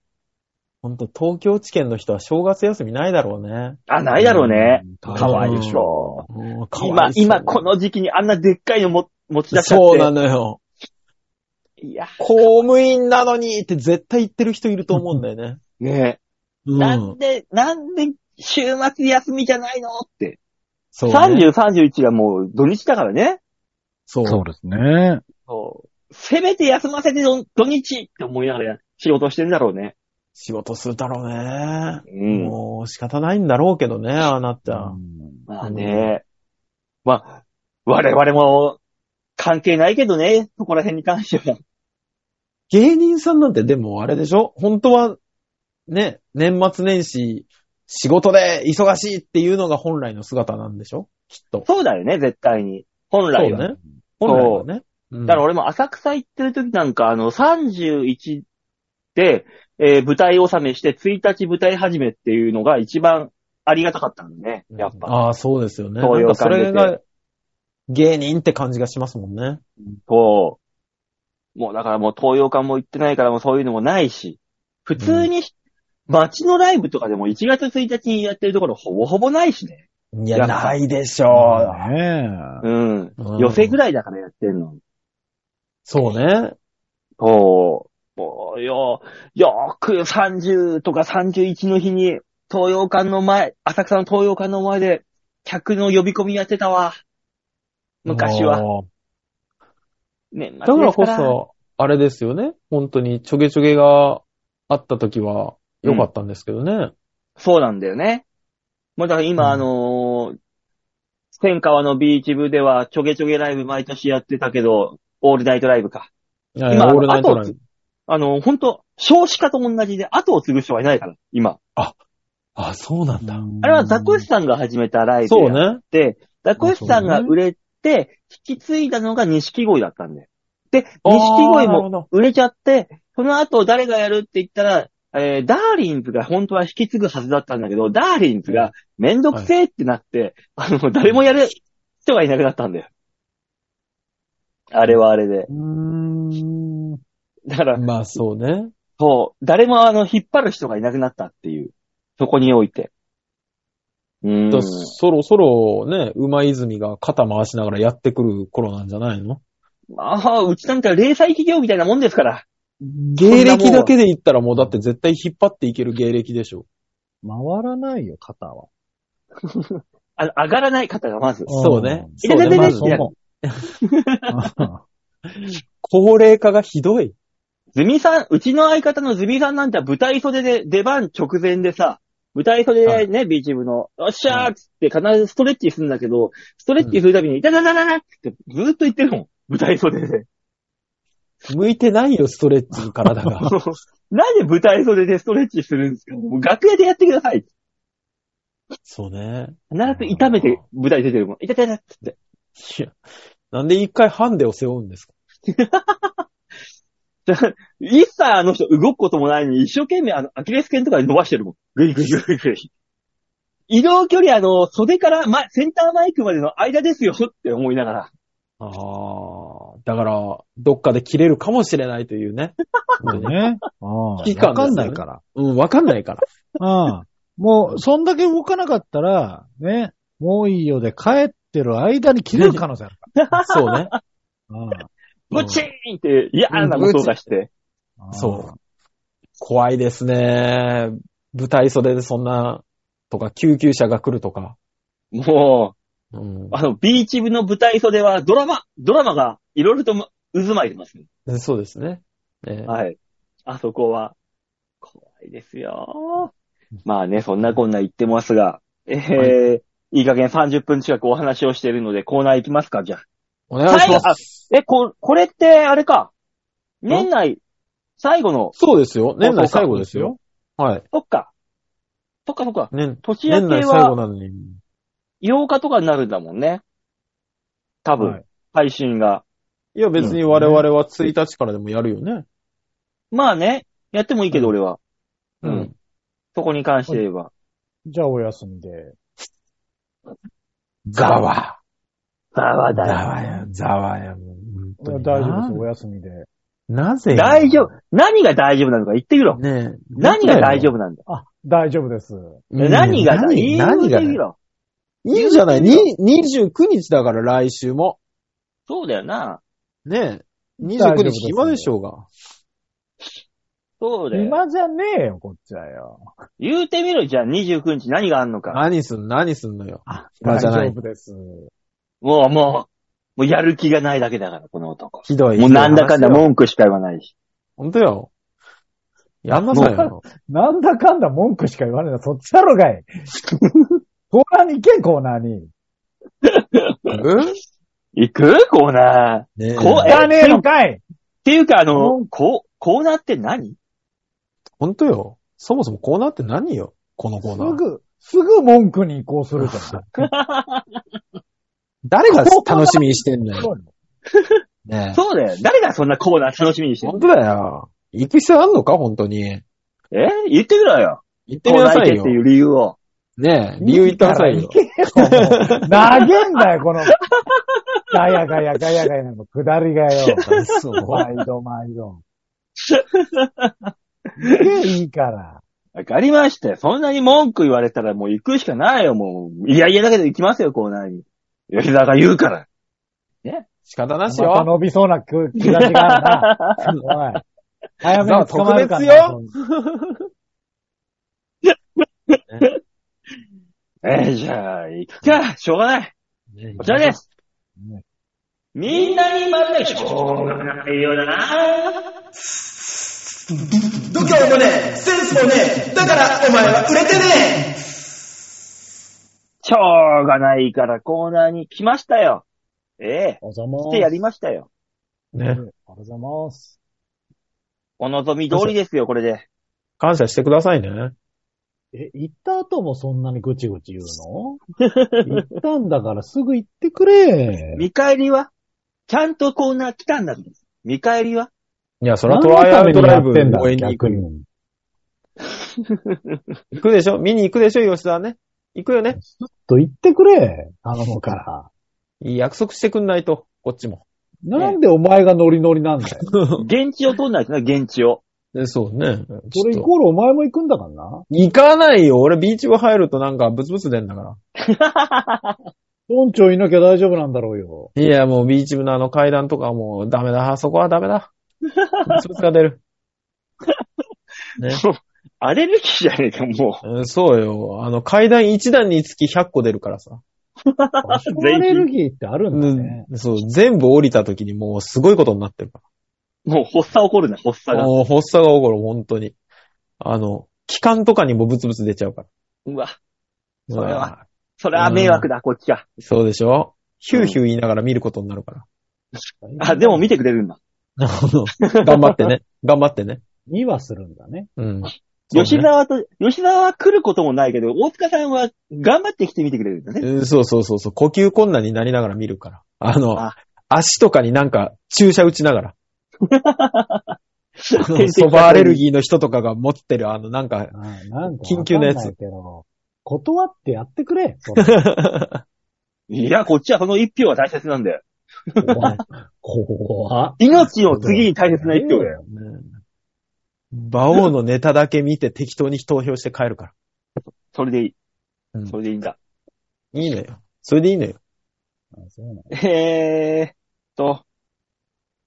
C: ほんと、東京地検の人は正月休みないだろうね。
B: あ、ないだろうね。。
D: うん
B: かわいそう。
C: うんか
B: 今
C: わい、そう
B: 今この時期にあんなでっかいのも持ち出しちゃって。
C: そうなのよ。
B: いや、
C: 公務員なのにって絶対言ってる人いると思うんだよね。
B: ね
C: う
B: え、なん
C: ん。
B: で、なんで、週末休みじゃないのって。
C: そう、ね。
B: 30、31がもう土日だからね。
C: そう。
D: そうですね。
B: そう。せめて休ませてど土日って思いながら仕事してんだろうね。
C: 仕事するだろうね。
B: うん。
C: もう仕方ないんだろうけどね、ああなっちゃ。
D: うん
B: まあね。まあ、我々も関係ないけどね、そこら辺に関しては。
C: 芸人さんなんてでもあれでしょ本当は、ね、年末年始、仕事で忙しいっていうのが本来の姿なんでしょきっと。
B: そうだよね、絶対に。本
C: そ
B: 来
C: う
B: は。
C: ね。本来はね。うん
B: だから俺も浅草行ってる時なんか、あの、31で、えー舞台納めして、1日舞台始めっていうのが一番ありがたかったんだね、やっぱ。
C: ああ、そうですよね。
B: そう
C: ないん
B: う
C: かそ
B: 感じ
C: れが、芸人って感じがしますもんね。
B: そう。もうだからもう東洋館も行ってないからもうそういうのもないし、普通に、街のライブとかでも1月1日にやってるところほぼほぼないしね。
C: いや、
B: やっぱ
C: ないでしょ
D: ね
B: うん。
C: う。うん
B: 寄せぐらいだからやってるの。
C: そうね。
B: そう。もうよ、よく30とか31の日に、東洋館の前、浅草の東洋館の前で、客の呼び込みやってたわ。昔は。
C: は。
B: 年末
C: だからこ
B: ですから
C: そ、あれですよね。本当に、ちょげちょげがあった時は、良かったんですけどね。
B: そうなんだよね。もうだから今、
C: うん
B: あのー千川のビーチ部では、ちょげちょげライブ毎年やってたけど、オールナイトライブか。
C: いや
B: 今
C: オールナイトライ
B: 後を
C: ブ
B: つ。あのー、ほんと、少子化と同じで後を継ぐ人はいないから、今。
C: あ、そうなん
D: え
C: だ。
B: あれはザコシさんが始めたライブ。
C: そうね。
B: で、ザコシさんが売れて、引き継いだのが錦鯉だったんだよ。で、錦鯉も
C: も。
B: 売れちゃって、その後誰がやるって言ったら、えー、ダーリンズが本当は引き継ぐはずだったんだけど、ダーリンズがめんどくせえってなって、あの、誰もやる人がいなくなったんだよ。あれはあれで。
D: うーん。
B: だから、
C: まあそうね。
B: そう、誰もあの、引っ張る人がいなくなったっていう、そこにおいて。うーん
C: だ。そろそろね、馬泉が肩回しながらやってくる頃なんじゃないの
B: ああ、うちなんか零細企業みたいなもんですから。
C: 芸歴だけで言ったらもうだって絶対引っ張っていける芸歴でしょ。
D: 回らないよ、肩は。
B: あの、上がらない方がまず。
C: そうね。
B: うん
C: そう
B: いや
C: ね。
B: いや
C: ま
B: いや
C: ず
B: いや、
C: 高齢化がひどい。
B: ズミさん、うちの相方のズミさんなんて舞台袖で出番直前でさ、舞台袖でね、ビーチ部の、よっしゃーっつって必ずストレッチするんだけど、ストレッチするたびに、ダダダダダってずーっと言ってるもん。舞台袖で。
C: 向いてないよ、ストレッチに 体が。
B: なんで舞台袖でストレッチするんですかもう楽屋でやってください。
C: そうね。
B: 必ず痛めて舞台出てるもん。痛た痛たっつって。
C: いや、なんで一回ハンデを背負うんですか
B: 一切あの人動くこともないのに、一生懸命あの、アキレス腱とかで伸ばしてるもん。ぐいぐいぐいぐい。移動距離あの、袖から、ま、センターマイクまでの間ですよって思いながら。
C: ああ、だから、どっかで切れるかもしれないというね。
D: そうね。ああ。
C: 危機感
D: わ
C: ですよね
D: かんないから。
C: うん、わかんないから。
D: ああ。もう、そんだけ動かなかったら、ね、もういいよで帰ってる間に切れる可能性あるか
C: そうね。
D: ら。あ
B: ブチーンって嫌な音がして。
D: あああ
C: そう。怖いですね。舞台袖でそんな、とか、救急車が来るとか。
B: も
C: うん
B: う、あの、ビーチ部の舞台袖はドラマ、ドラマがいろいろと渦巻いてますね。
C: でそうですね。ね
B: はい。あそこは、怖いですよ。まあね、そんなこんな言ってますが、えーいい加減30分近くお話をしているので、コーナー行きますか、じゃあ。
C: お願いし
B: 最後
C: ます。
B: あえ、こ、これって、あれか。年内、最後の、
C: そうですよ。年内最後ですよ。はい。
B: そっか。そっかそっか。
C: 年、
B: 年
C: 年
B: 明
C: 内
B: け
C: 最後
B: は
C: なのに。
B: 8日とかになるんだもんね。多分、
D: はい
B: 配信が。
C: いや、別に我々は1日からでもやるよね。
B: まあね、やってもいいけど、俺は。
C: う
B: うん
C: ん。
B: そこに関して言えば。
D: じゃあお休みで。
C: ざわ。
B: ざわ
C: ざわや、ざわや。もう
D: 大
C: 本当に
D: 丈夫です。お休みで。
C: なぜ
B: 大丈夫。何が大丈夫なのか言ってみろ。
C: ねえ。
B: 何が大丈
C: 夫
B: 夫なんだ。
D: あ、大丈夫です。
B: 何が大
C: 何
B: 丈夫
C: 何
B: 言
C: が
B: ってみ
C: い
B: ろ。
C: いじゃない。に29日だから来週も。
B: そうだよな。
C: ねえ。
D: 大丈夫
C: 29
D: です
C: 日暇でしょうが。
B: そうだよ。
D: 今じゃねえよ、こっちはよ。
B: 言うてみろ、じゃあ29日何があんのか。
C: 何すん、何すんのよ。暇
D: 大
C: じゃない
D: 丈夫です。
B: もう、もう、もうやる気がないだけだから、この男。
C: ひどい。
B: もうなんだかんだ
C: ひどい話よ。
B: 文句しか言わないし。
C: ほんとよ。やんなさいよ。
D: なんだかんだ文句しか言わねえな、そっちだろがい。コーナーに行け、コーナーに。
C: うん
B: 行くコーナ
C: ねえ。
B: こう
D: 行かねえのかい
B: ー。っていうか、あの
D: 文、
B: こう、コーナーって何
C: ほんとよ。そもそもコーナーって何よこのコ
D: す
C: ーナー。
D: ぐ、すぐ文句に移行するじゃん。
C: 誰が楽しみにしてん のよ。ね
B: そうだよ。誰がそんなコーナー楽しみにして
C: え。
B: る
C: ほんとだよ。行く必要あんのか本当に。
B: え言ってみろよ。
C: 行って
B: コ
C: み
B: ーナー
C: なさ
B: 行け
C: い
B: っ
C: よ
B: て。いう理由を。
C: ねえ、理由言ってくださいよ。
D: 投げんだよ、この。ガヤガヤガヤガヤの下りがよ。
C: そう
D: 毎度毎度。行け、いいから。
B: わかりましたよ。そんなに文句言われたらもう行くしかないよ、もう。いやいやだけど行きますよ、コーナーに。吉田が言うから。
C: 仕方な
D: ま
C: し
D: た
C: よ。
D: 伸びそうな気気がしがあるな。お い。早めに捕まるからな。
C: 特
B: えーじゃあ、行くか。しょうがない。こ
C: こ
B: ちらです。
D: ね
B: みんなに丸めし、音楽なんていいようだな。
A: 度胸もねえ、センスもねえ、だからお前は売れてねえ
B: しょうがないからコーナーに来ましたよ。ええ
D: おはようございます。
B: 来てやりましたよ。
C: ね。
D: おはようございます。
B: お望み通りですよ、これで。
C: 感謝してくださいね。
D: え、行った後もそんなにぐちぐち言う の行ったんだからすぐ行ってくれ。
B: 見返りはちゃんとコーナー来たんだぞ。見返りはい
C: や、それ
D: 何
C: はト
D: の
C: ライア
D: た
C: ル
D: め
C: ド
D: に
C: ラ
D: や
C: イ
D: っ
C: ブ
D: てんだ
C: 応援に行
D: 逆
C: く。
D: に。
C: 行くでしょ見に行くでしょ吉田ね。行くよね。
D: と言ってくれ。頼むから。
C: いい約束してくんないと、こっちも。
D: なんでお前がノリノリなん だよ。
B: 現地を取んないとな、現地を。
C: でそう ね。
D: それイコールお前も行くんだからな。
C: 行かないよ。俺ビーチ部入るとなんかブツブツ出んだか
D: 村長いなきゃ大丈夫なんだろう よ。
C: ら。いや、もうビーチ部のあの階段とかもうダメだ。あそこはダメ だ。ブツブツが出る。 ね
B: もうアレルギーじゃねえか、も
C: うんそうよ。あの階段1段につき100個出るからさ。
D: アレルギーってあるんだね。
C: うんそう、全部降りた時にもうすごいことになってるか
B: う。もう発作起こるな、発作
C: ら。
B: が。
C: もう発作が起こる、本当に。あの、気管とかにもブツブツ出ちゃうから。
B: うわ、それは
C: うわ
B: それは迷惑だ、こっちが。
C: そうでしょヒューヒュー言いながら見ることになるか
B: あ、でも見てくれるんだ。
C: ら。あの頑張ってね。頑張ってね。
D: 2はするんだね。
C: うん。
B: 吉沢と、吉沢は来ることもないけど、大塚さんは頑張って来てみてくれるんだね。
C: うんそうそうそうそう。呼吸困難になりながら見るから。あの、
B: あ
C: 足とかになんか注射打ちなが ら。あ
B: 点
C: の
B: 滴
C: そばアレルギーの人とかが持ってる、あの、なんか、
D: ああなんか
C: 緊急のやつ
D: わかんないけど。断ってやってくれ。それ
B: いや、こっちはその一票は大切なんだよ。
D: 怖い怖っ
B: 命の次に大切な一票だよ。
C: 馬王のネタだけ見て適当に投票して帰るか
B: それでいい。
C: うん
B: それでいいんだ。
C: ら。いいのよ。それでいいのよ。
D: あそうなの
B: えーっと。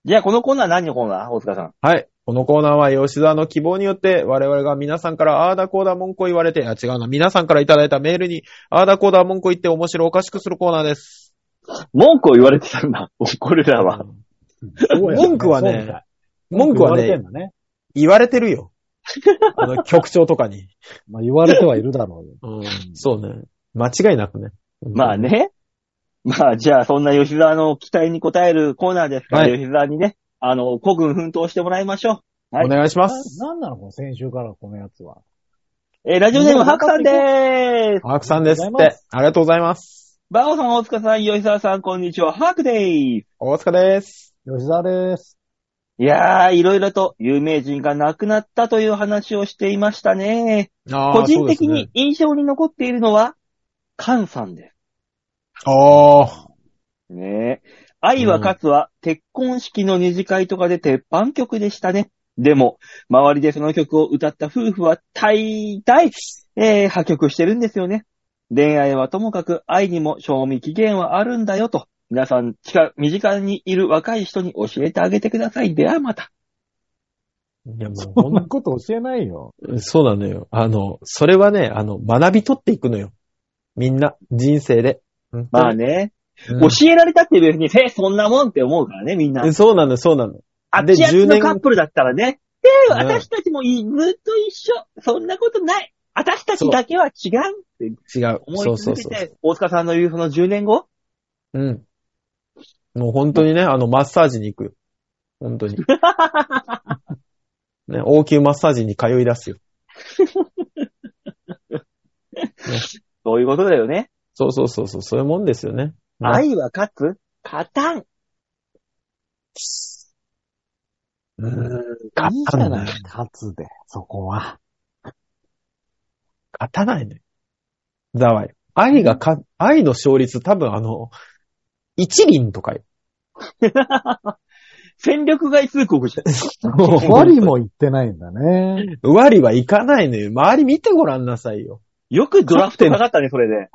B: じゃあ、このコーナー何のコーナー大塚さん。
C: はい。このコーナーは吉沢の希望によって我々が皆さんからあーだこーだ文句を言われて、あ、違うな、皆さんからいただいたメールにあーだこーだ文句を言って面白おかしくするコーナーです。
B: 文句を言われてたんだ。これらは。
D: そうや
C: 文句はね
D: そうみたい
C: 文句は
D: 言われて
C: ね
D: ん、だね。
C: 言われてるよ。あの、局長とかに。
D: まあ言われてはいるだろうよ。
C: うん、そうね。間違いなくね。
B: まあ。ね。まあ、じゃあ、そんな吉沢の期待に応えるコーナーですから、
C: はい
B: 吉沢にね、あの、古軍奮闘してもらいましょう。はい
C: お。願いし
D: な
C: ます。
D: なんなのこの先週からこのやつは。
B: えーラジオネーム、ハクさんでーす。
C: ハークさんです
D: あり
C: っ
D: がとうございま
C: て。ありがとうございます。
B: バオさん、大塚さん、吉沢さん、こんにちは。ハクでーす。
C: 大塚です。
D: 吉沢 です。
B: いやー、いろいろと有名人が亡くなったという話をしていましたね。
C: あー
B: 個人的。
C: そうで
B: に
C: すね
B: 印象に残っているのは、カンさんです。
C: ああ。
B: ねえ。愛は勝つは、結婚式の二次会とかで鉄板曲でしたね。でも、周りでその曲を歌った夫婦は大体、えー破局してるんですよね。恋愛はともかく愛にも賞味期限はあるんだよと、皆さん近、身近にいる若い人に教えてあげてください。ではまた。
C: いや、もう
D: こ
C: ほ
D: ん
C: ん
D: なこと教えないよ。
C: そうなのよ。あの、それはね、あの、学び取っていくのよ。みんな、人生で。
B: まあね、
C: うん、
B: 教えられたって別に、え、そんなもんって思うからね、みんな。
C: そうなの、そうなの。
B: あっちやっち
C: 10
B: の
C: 年
B: カップルだったらね。で、
C: うん
B: 私たちもいずっと一緒。そんなことない。私たちだけは違うって
C: 違う。
B: 思
C: そ
B: いう
C: そ
B: 続
C: う
B: け
C: そう。
B: て、大塚さんの言うその10年後
C: うん。もう本当にね、あの、マッサージに行くよ。本当に。ね、応急マッサージに通い出すよ。
B: そういうことだよね。
C: そうそうそうそう、そういうもんですよね。うん
B: 愛は勝つ勝たん。
C: うーん。
D: いいじ
C: 勝った
D: ゃない
C: んだよ。
D: 勝つで、そこ は。
C: 勝たないのよ。ザワよ。愛がか、愛の勝率多分あの、一輪とかよ。
B: 戦力外通告じゃん。
D: 割も言ってないんだ ね。
C: 割はいかないのよ。周り見てごらんなさ いよ。
B: よくドラフトかかったね、それで。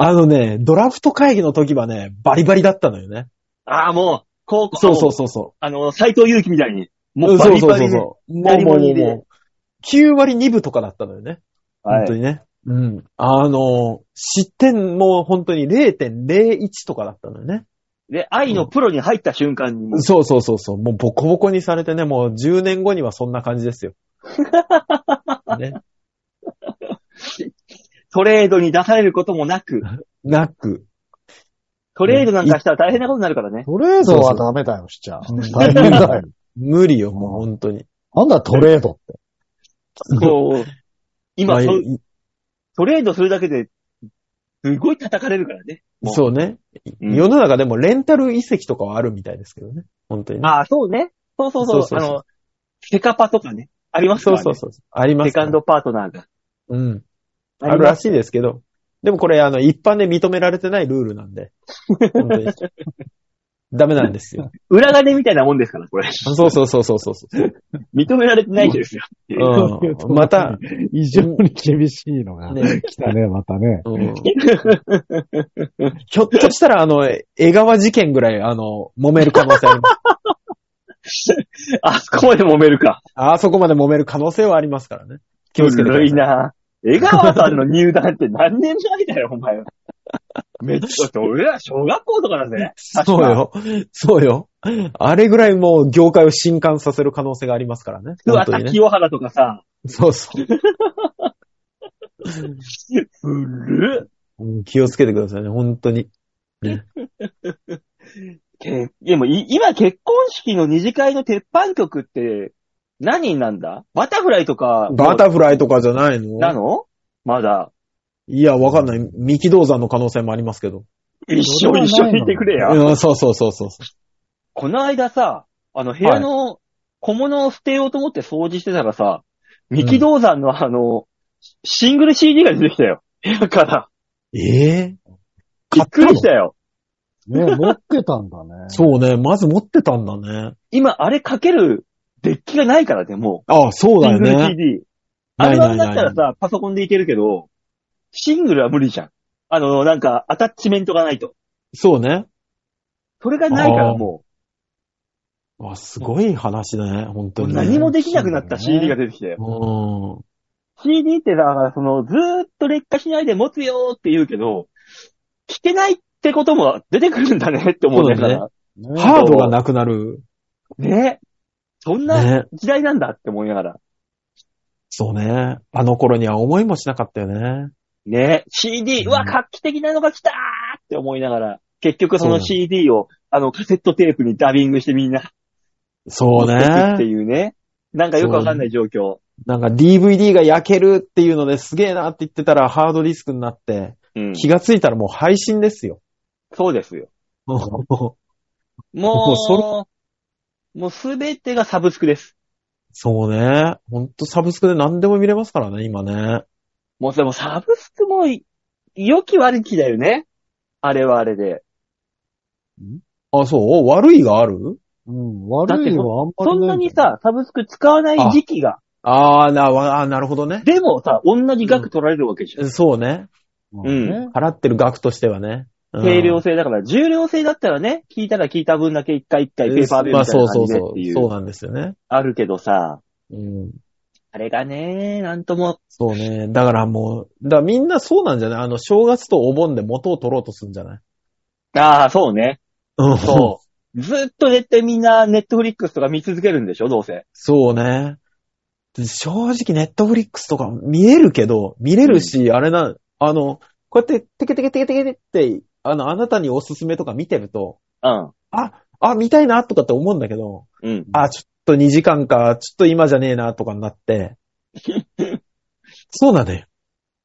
C: あのね、ドラフト会議の時はね、バリバリだったのよね。
B: ああ、もう、高校、
C: そうそうそうそう。
B: あの、斎藤祐樹みたいに。もうバリバリ、ね、
C: そうそうそうそう。
B: バリ
C: も
B: バ
C: うも
B: リ
C: うも
B: で
C: うもう、9割2分とかだったのよね。
B: は
C: 本当
B: い。
C: にね。うん。あの、失点も本当に0.01とかだったのよね。
B: で、愛のプロに入った瞬間にもう、
C: そうそうそうそう。もうボコボコにされてね、もう10年後にはそんな感じで すよ。ね。
B: トレードに出されることもなく、
C: なく。
B: トレードなんかしたら大変なことになるからね。
D: トレードはダメだよ、しちゃう。大変だ よ。
C: 無理よ、もう本当に。
D: なんだトレードって。
B: そう。今、
C: まあ
B: そ
C: い
B: トレードするだけで、すごい叩かれるからね。もう
C: そうね。
B: うん
C: 世の中でもレンタル遺跡とかはあるみたいですけどね。本当にね。
B: ああ、そうね。そうそうそう。
C: そうそうそう
B: あの、セカパとかね。ありますから
C: そう
B: ね。
C: そうそう。あります
B: セ
C: か
B: カ
C: ら
B: ンドパートナーが。
C: うん。あるら
B: い。
C: しいですけど。でもこれ、あの、一般で認められてないルールなん で。本当に。ダメなんですよ。
B: 裏金みたいなもんですから、これ。
C: そうそうそうそうそうそう。
B: 認められてないですよ。
C: うん、また、
D: 異常に厳しいのが
C: ね
D: 来たね、またね。
C: うんひょっとしたら、あの、江川事件ぐらい、あの、揉める可能性あります。
B: あそこまで揉めるか。
C: あそこまで揉める可能性はありますからね。気をつけてくださ
B: 古
C: い
B: い。な。江川さんの入団って何年前だよ、お前は。めっちゃ、俺ら小学校とかだぜ。
C: そうよ。そうよ。あれぐらいもう業界を震撼させる可能性がありますからね。
B: 確か。
C: 本
B: 桑
C: 当
B: 田
C: にね。
B: 清原とかさ、
C: そうそう。
B: 古っ。
C: うん気をつけてくださいね。本当に。
B: けでもい、今結婚式の二次会の鉄板曲って何になんだバタフライとか。
C: バタフライとかじゃないの
B: なのまだ。
C: いや、わかんない。三木銅山の可能性もありますけど。
B: 一
D: そ
B: 緒
D: れはないの
B: 一緒にいてくれや。
C: うん、そうそうそうそうそ
B: この間さ、あの部屋の小物を捨てようと思って掃除してたらさ、三木道山のあの、シングル CD が出てきたよ。部屋から。
C: う。ええ
B: び
C: 買
B: っ
C: った
B: く
C: の
B: りしたよ。
D: ね、持ってたんだね。
C: そうね。まず持ってたんだね。
B: 今、あれかけるデッキがないからね、も
C: ああ、そう
B: う。
C: だ
B: シン
C: よ
B: グル
C: ね。
B: CD。ア
C: な
B: ル
C: い
B: バム
C: ない
B: だった
C: な
B: ら
C: い。
B: さ、パソコンでいけるけど、シングルは無理じゃん。あの、なんか、アタッチメントがないと。
C: そうね。
B: それがないからも
C: あ、すごい話だね。本当
B: う、
C: に、ね。
B: 何もできなくなった CD が出てきたよ。
C: うん。
B: CD ってだから、その、ずーっと劣化しないで持つよーって言うけど、聞けないってことも出てくるんだねって思うんだから。
D: ね
C: ハードがなくなる。
B: ね。そんな
C: ね。
B: 時代なんだって思いながら。
C: そうね。あの頃には思いもしなかったよね。
B: ね、CD、う
C: う
B: わ、
C: ん
B: 画期的なのが来たーって思いながら、結局そ
C: そうな
B: の
C: の
B: CD を、あの、カセットテープにダビングしてみんな、
C: そ
B: 持っ
C: う
B: てい
C: ね。
B: くっていうね。なんかよくわかんない状況。
C: なんか DVD が焼けるっていうのですげえなって言ってたらハードディスクになって、
B: うん。
C: 気がついたらもう配信で すよ。
B: そうですよ。
C: もうも
B: も、
C: うそう
B: もうすべてがサブスクです。
C: そうね。ほんとサブスクで何でも見れますからね、今ね。
B: もうでもサブスクもい、良き悪きだよね。あれはあれで。
C: あ、そう悪いがある
D: うん、
B: だって
D: 悪いのはあんま
B: そん
D: り
B: ない
D: ん
B: に
D: じゃい。
B: さ、サブスク使わない時期が。
C: あーなわあー、なるほどね。
B: でもさ、同じ額取られるわけじゃん。
C: そうね。
D: まあ
B: うん
D: ね
C: 払ってる額としてはね。うん
B: 定量制だから、重量制だったらね、聞いたら聞いた分だけ一回一回ペーパーベル
C: ま
B: み
C: あ
B: たいな
C: そうそ
B: 感
C: う
B: じで
C: そ
B: って
C: う。
B: い
C: そう
B: う、
C: なんですよね。
B: あるけどさ、
C: うん。
B: あれがね、なんとも、
C: そうね。だからもう、だからみんなそうなんじゃないあの、正月とお盆で元を取ろうとするんじゃない
B: ああ、そうね。
C: うん。
B: そう。ずっと絶対みんな、ネットフリックスとか見続けるんでしょ、どうせ。
C: そうね。で正直ネットフリックスとか見えるけど、見れるし、あれな、あの、こうやってテケテケテケテケって、あの、あなたにおすすめとか見てると、
B: うん。
C: あ、見たいなとかって思うんだけど、
B: うん。
C: あ、ちょっと2時間か、ちょっと今じゃねえなとかに なって。そうなのよ。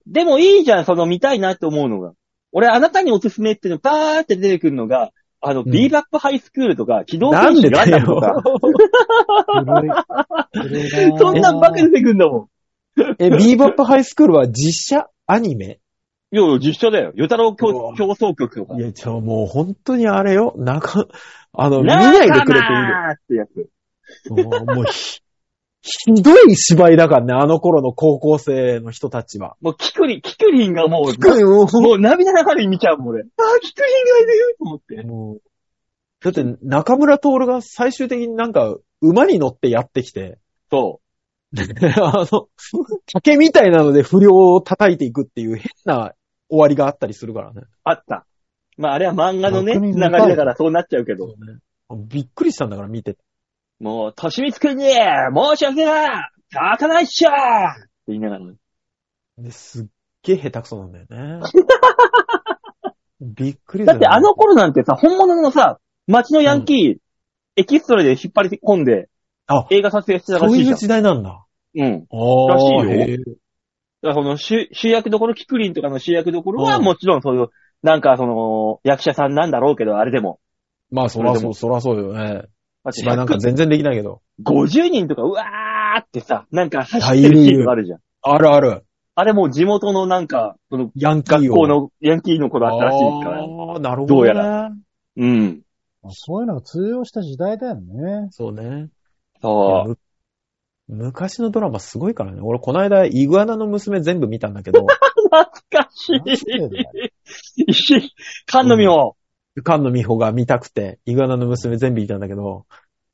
B: でもいいじゃん、その見たいなって思うのが。俺、あなたにおすすめっていうの、パーって出てくるのが、あの、
C: ん
B: ビーバップハイスクールとか、機動
C: な
B: 戦
C: ん
B: 士
C: で
B: ガ
C: だ
B: ンダムとか、
C: よ。
D: 古い。 古いな ぁ
B: そんなんばっかり出てくるんだも
C: え、ビーバッ プハイスクールは実写アニメ
B: ん。いやいや、実写だよ。与太郎
C: う
B: 競
C: わ
B: 競争曲とか
C: い。や、ちょ、もう本当にあれよ。なんか、あの、見
B: なあ
C: ないでくれていいよ。
B: まあってやつ。
C: もう、もうひ、ひどい芝居だからね、あの頃の高校生の人たちは。
B: もう、キクリン、キクリンがもう、
C: もう
B: もう涙流れに見ちゃうもん、俺。ああ、キクリンがいると思って。
C: もうだって、中村徹が最終的になんか、馬に乗ってやってきて、
B: そ
C: あの、竹みたいなので不良を叩いていくっていう変な終わりがあったりするからね。
B: う。あった。まあ、あれは漫画のね、
D: 六
B: 流
D: 人
B: れ
D: の会
B: だからそうなっちゃうけど。
C: びっくりしたんだから見てて。
B: もう、としみつくんに、申し訳ない書かないっしょって言いながら。
C: ですっげえ下手くそなん だよね。びっくり
B: だってあの頃なんてさ、本物のさ、街のヤンキー、エキストラで引っ張り込んで
C: あ、
B: 映画撮影してたら
C: そう
B: しい
C: い
B: じゃ。
C: うん時代なんだ。
B: うん。だ
C: あ
B: らしいよ
C: へえ
B: からその主主役どころ、キクリンとかの主役どころは
C: うん
B: もちろんそういう、なんかその、役者さんなんだろうけど、あれでも。
C: まあ、そらそう、そらそうよね。
B: だって
C: 芝居なんか全然できないけど。
B: 50人とか、うわーってさ、なんか走ってるシーンがあるじゃん。
C: あるある。
B: あれもう地元のなんか、その、
C: ヤンキーを。
B: 学校のヤンキーの子だったらしいから。
C: ああ、なるほど、ね。
B: どうやら。うん。
D: まあそういうのが通用した時代だよ ね。
C: そうね。
B: そう。
C: む昔のドラマすごいからね。俺、この間、イグアナの娘全部見たんだけ ど、
B: 懐かし
D: なんて言うんだよ
B: い。菅野美穂。
C: 菅野美穂が見たくて、イグアナの娘全部見たんだけど、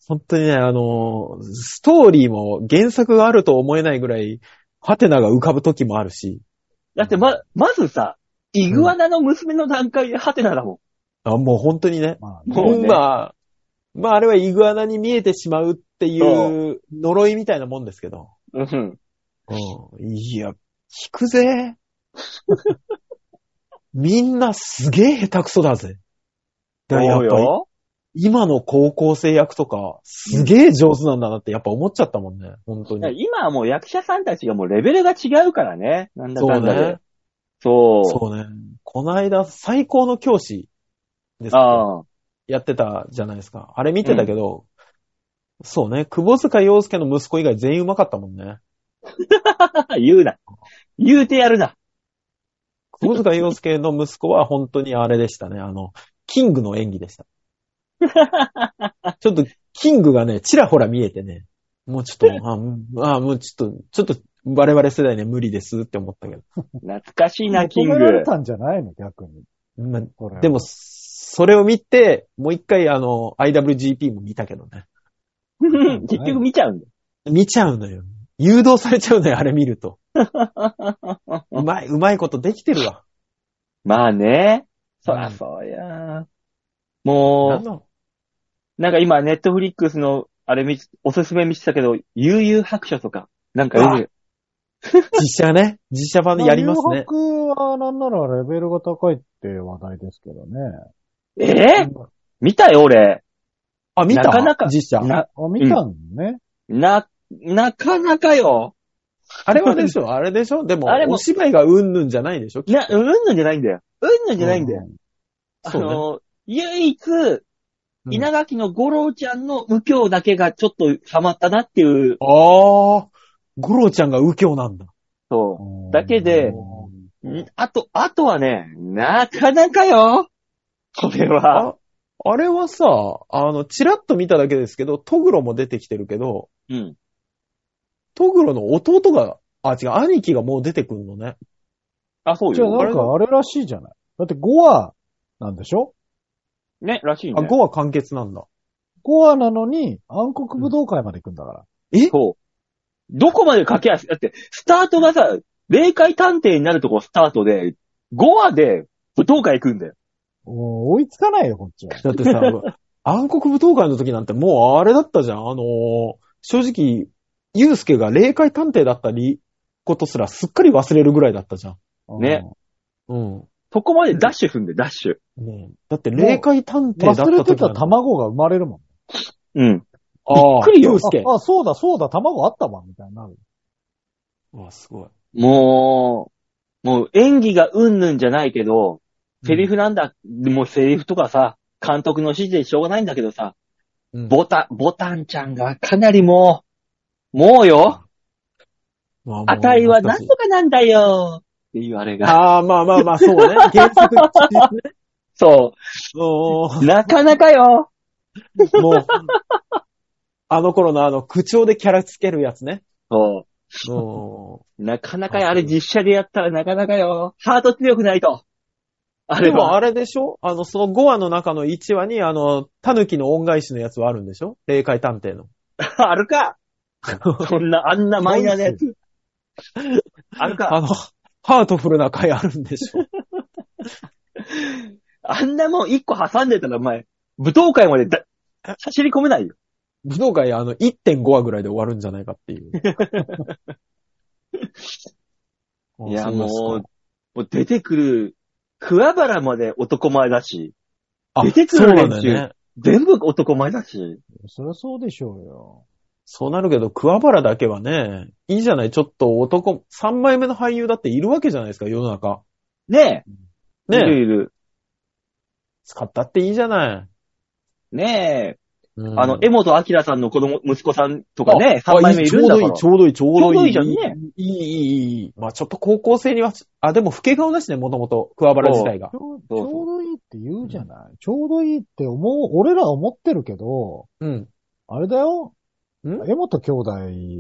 C: 本当にね、あのー、ストーリーも原作があると思えないぐらい、ハテナが浮かぶ時もあるし、
B: だってま、まずさ、イグアナの娘の段階でハテナだもん。
C: あもう本当にね、
D: まあ
B: そ
D: ね、
B: うね
C: まあ、まああれはイグアナに見えてしまうっていう呪いみたいなもんですけど。
B: うん。
C: うん。いや、聞くぜ。 みんなすげえ下手くそだぜ。だからやっ
B: そう
C: ぱ
B: よ。
C: 今の高校生役とか、すげえ上手なんだなってやっぱ思っちゃったもんね。本当
B: だから
C: に。
B: 今はもう役者さんたちがもうレベルが違うからね。なんだ
C: そ
B: か
C: うん
B: だで
C: ね。。
B: そう。
C: そうね。この間、最高の教師ですか
B: ああ。
C: やってたじゃないですか。あれ見てたけど、そうね。久保塚洋介の息子以外全員うまかったもんね。
B: 言うな。言うてやるな。
C: 久保塚洋介の息子は本当にあれでしたね。あの、キングの演技でした。ちょっと、キングがね、ちらほら見えてね、もうちょっと、あ、うんあもうちょっと、ちょっと、我々世代ね、無理ですって思ったけど。
B: 懐かしいな、キン
D: 求
B: グ
D: め。られたんじゃないの逆に。
C: まあ
D: これは
C: でも、、それを見て、もう一回あの、IWGP も見たけどね。
B: 結局見ちゃうんだよ。
C: 見ちゃうのよ。誘導されちゃうのよ、あれ見ると。うまい、うまいことできてるわ。
B: まあね。そらそうや。もう
C: 何、の
B: なんか今、ネットフリックスの、あれ見、おすすめ見てたけど、悠々白書とか、なんか読む。
C: 実写ね。実写版でやりますね。
D: 誘惑はなんならレベルが高いって話題ですけどね。
B: えー見たよ、俺。
C: あ、見た
B: なかなか
C: 実写。
B: な、
D: あ、見たんね。
B: な、なかなかよ。
C: あれはでし ょあれでしょでも
B: あれ、も
C: お芝居がうんぬんじゃないでしょ
B: な、うんぬんじゃないんだよ。うんぬんじゃないんだよ。あ
C: そうね
B: の、唯一、稲垣の五郎ちゃんの右京だけがちょっとハマったなっていう、
C: ああ、ゴロちゃんが右京なんだ。
B: そうう。
D: ん
B: だけで
D: うん
B: んあと、あとはね、なかなかよ。これは。
C: ああれはさ、あの、チラッと見ただけですけど、トグロも出てきてるけど、
B: うん。
C: トグロの弟が、あ、違う、兄貴がもう出てくるのね。
B: あ、そう
D: じゃあ
B: よ。
D: なんかあれらしいじゃない。だって5話なんでしょ
B: ね、らしい
C: あ、
B: ね。
C: 5は完結なんだ。
D: ?5 話なのに暗黒武道会まで行くんだから。
B: そう。どこまで駆け足、だって、スタートがさ、霊界探偵になるとこスタートで、5話で武道会行くんだよ。
D: もう追いつかないよ、こっちは。
C: だって さ、暗黒舞踏会の時なんてもうあれだったじゃん。あのー正直、ゆうすけが霊界探偵だったり、ことすらすっかり忘れるぐらいだったじゃん。
B: ね
C: うん。
B: そこまでダッシュ踏んで、ダッシュ。
C: ねえだって霊界探
D: う
C: 偵
D: ん。
C: だった
D: 忘
C: 時
D: れてた
C: なんて
D: 卵が生まれるもん。
B: うん。
C: ああ、
B: びっくりよ
C: ゆうすけ。
D: あ、あそうだ、そうだ、卵あったわ、みたいになる。
C: あ、すごい。
B: もう、もう演技がうんぬんじゃないけど、セリフなんだ、もうセリフとかさ、監督の指示でしょうがないんだけどさ、
C: うん
B: ボタン、ボタンちゃんがかなりもう、もうよ、
C: まあもう
B: あたいはなんとかなんだよっていうあれが。
C: ああ、まあまあまあ、そう ね。原作に忠実ね。
B: そ
C: も
B: う。なかなかよ。
C: う、もうあの頃のあの、口調でキャラつけるやつね。
B: そう。
C: うん
B: なかなかあれ実写でやったらなかなかよ。ハート強くないと。あれ
C: でも
B: は。
C: あれでしょあの、その5話の中の1話に、あの、狸の恩返しのやつはあるんでしょ霊界 探偵の。
B: あるか。 そんな、あんなマイナーなやつ。あるか。
C: あの、ハートフルな回あるんでしょ
B: あんなもん一個挟んでたらお前、舞踏会までだ走り込めないよ。
C: 武道会、あの、1.5話ぐらいで終わるんじゃないかっていう。
B: いや、
C: あそうですか
B: もう、もう出てくる、桑原まで男前だし、
C: あ
B: 出てくる
C: そうなんだよ
B: 連
C: ね。
B: 全部男前だし、
D: そりゃそうでしょうよ。
C: そうなるけど、桑原だけはね、いいじゃない、ちょっと男、3枚目の俳優だっているわけじゃないですか、世の中。
B: ねえ、い
C: ねえ、
B: るいる。
C: 使ったっていいじゃない。
B: ねえ、
C: うん
B: あの、江本明さんの子供、息子さんとかね、
C: あ
B: 3枚目いるんだから。
C: ちょうどいい、ちょうどいい、ちょうどいい。
B: ちょうどいいじゃん
C: いい、いい、いいいい。まあちょっと高校生には、あ、でも老け顔だしね、もともと、桑原自体が
D: ち。ょち
B: そうそう
D: ょうどいいって言うじゃない。ちょうどいいって思う、俺らは思ってるけど、
C: うん。
D: あれだよ。
C: ん
D: 江本兄弟、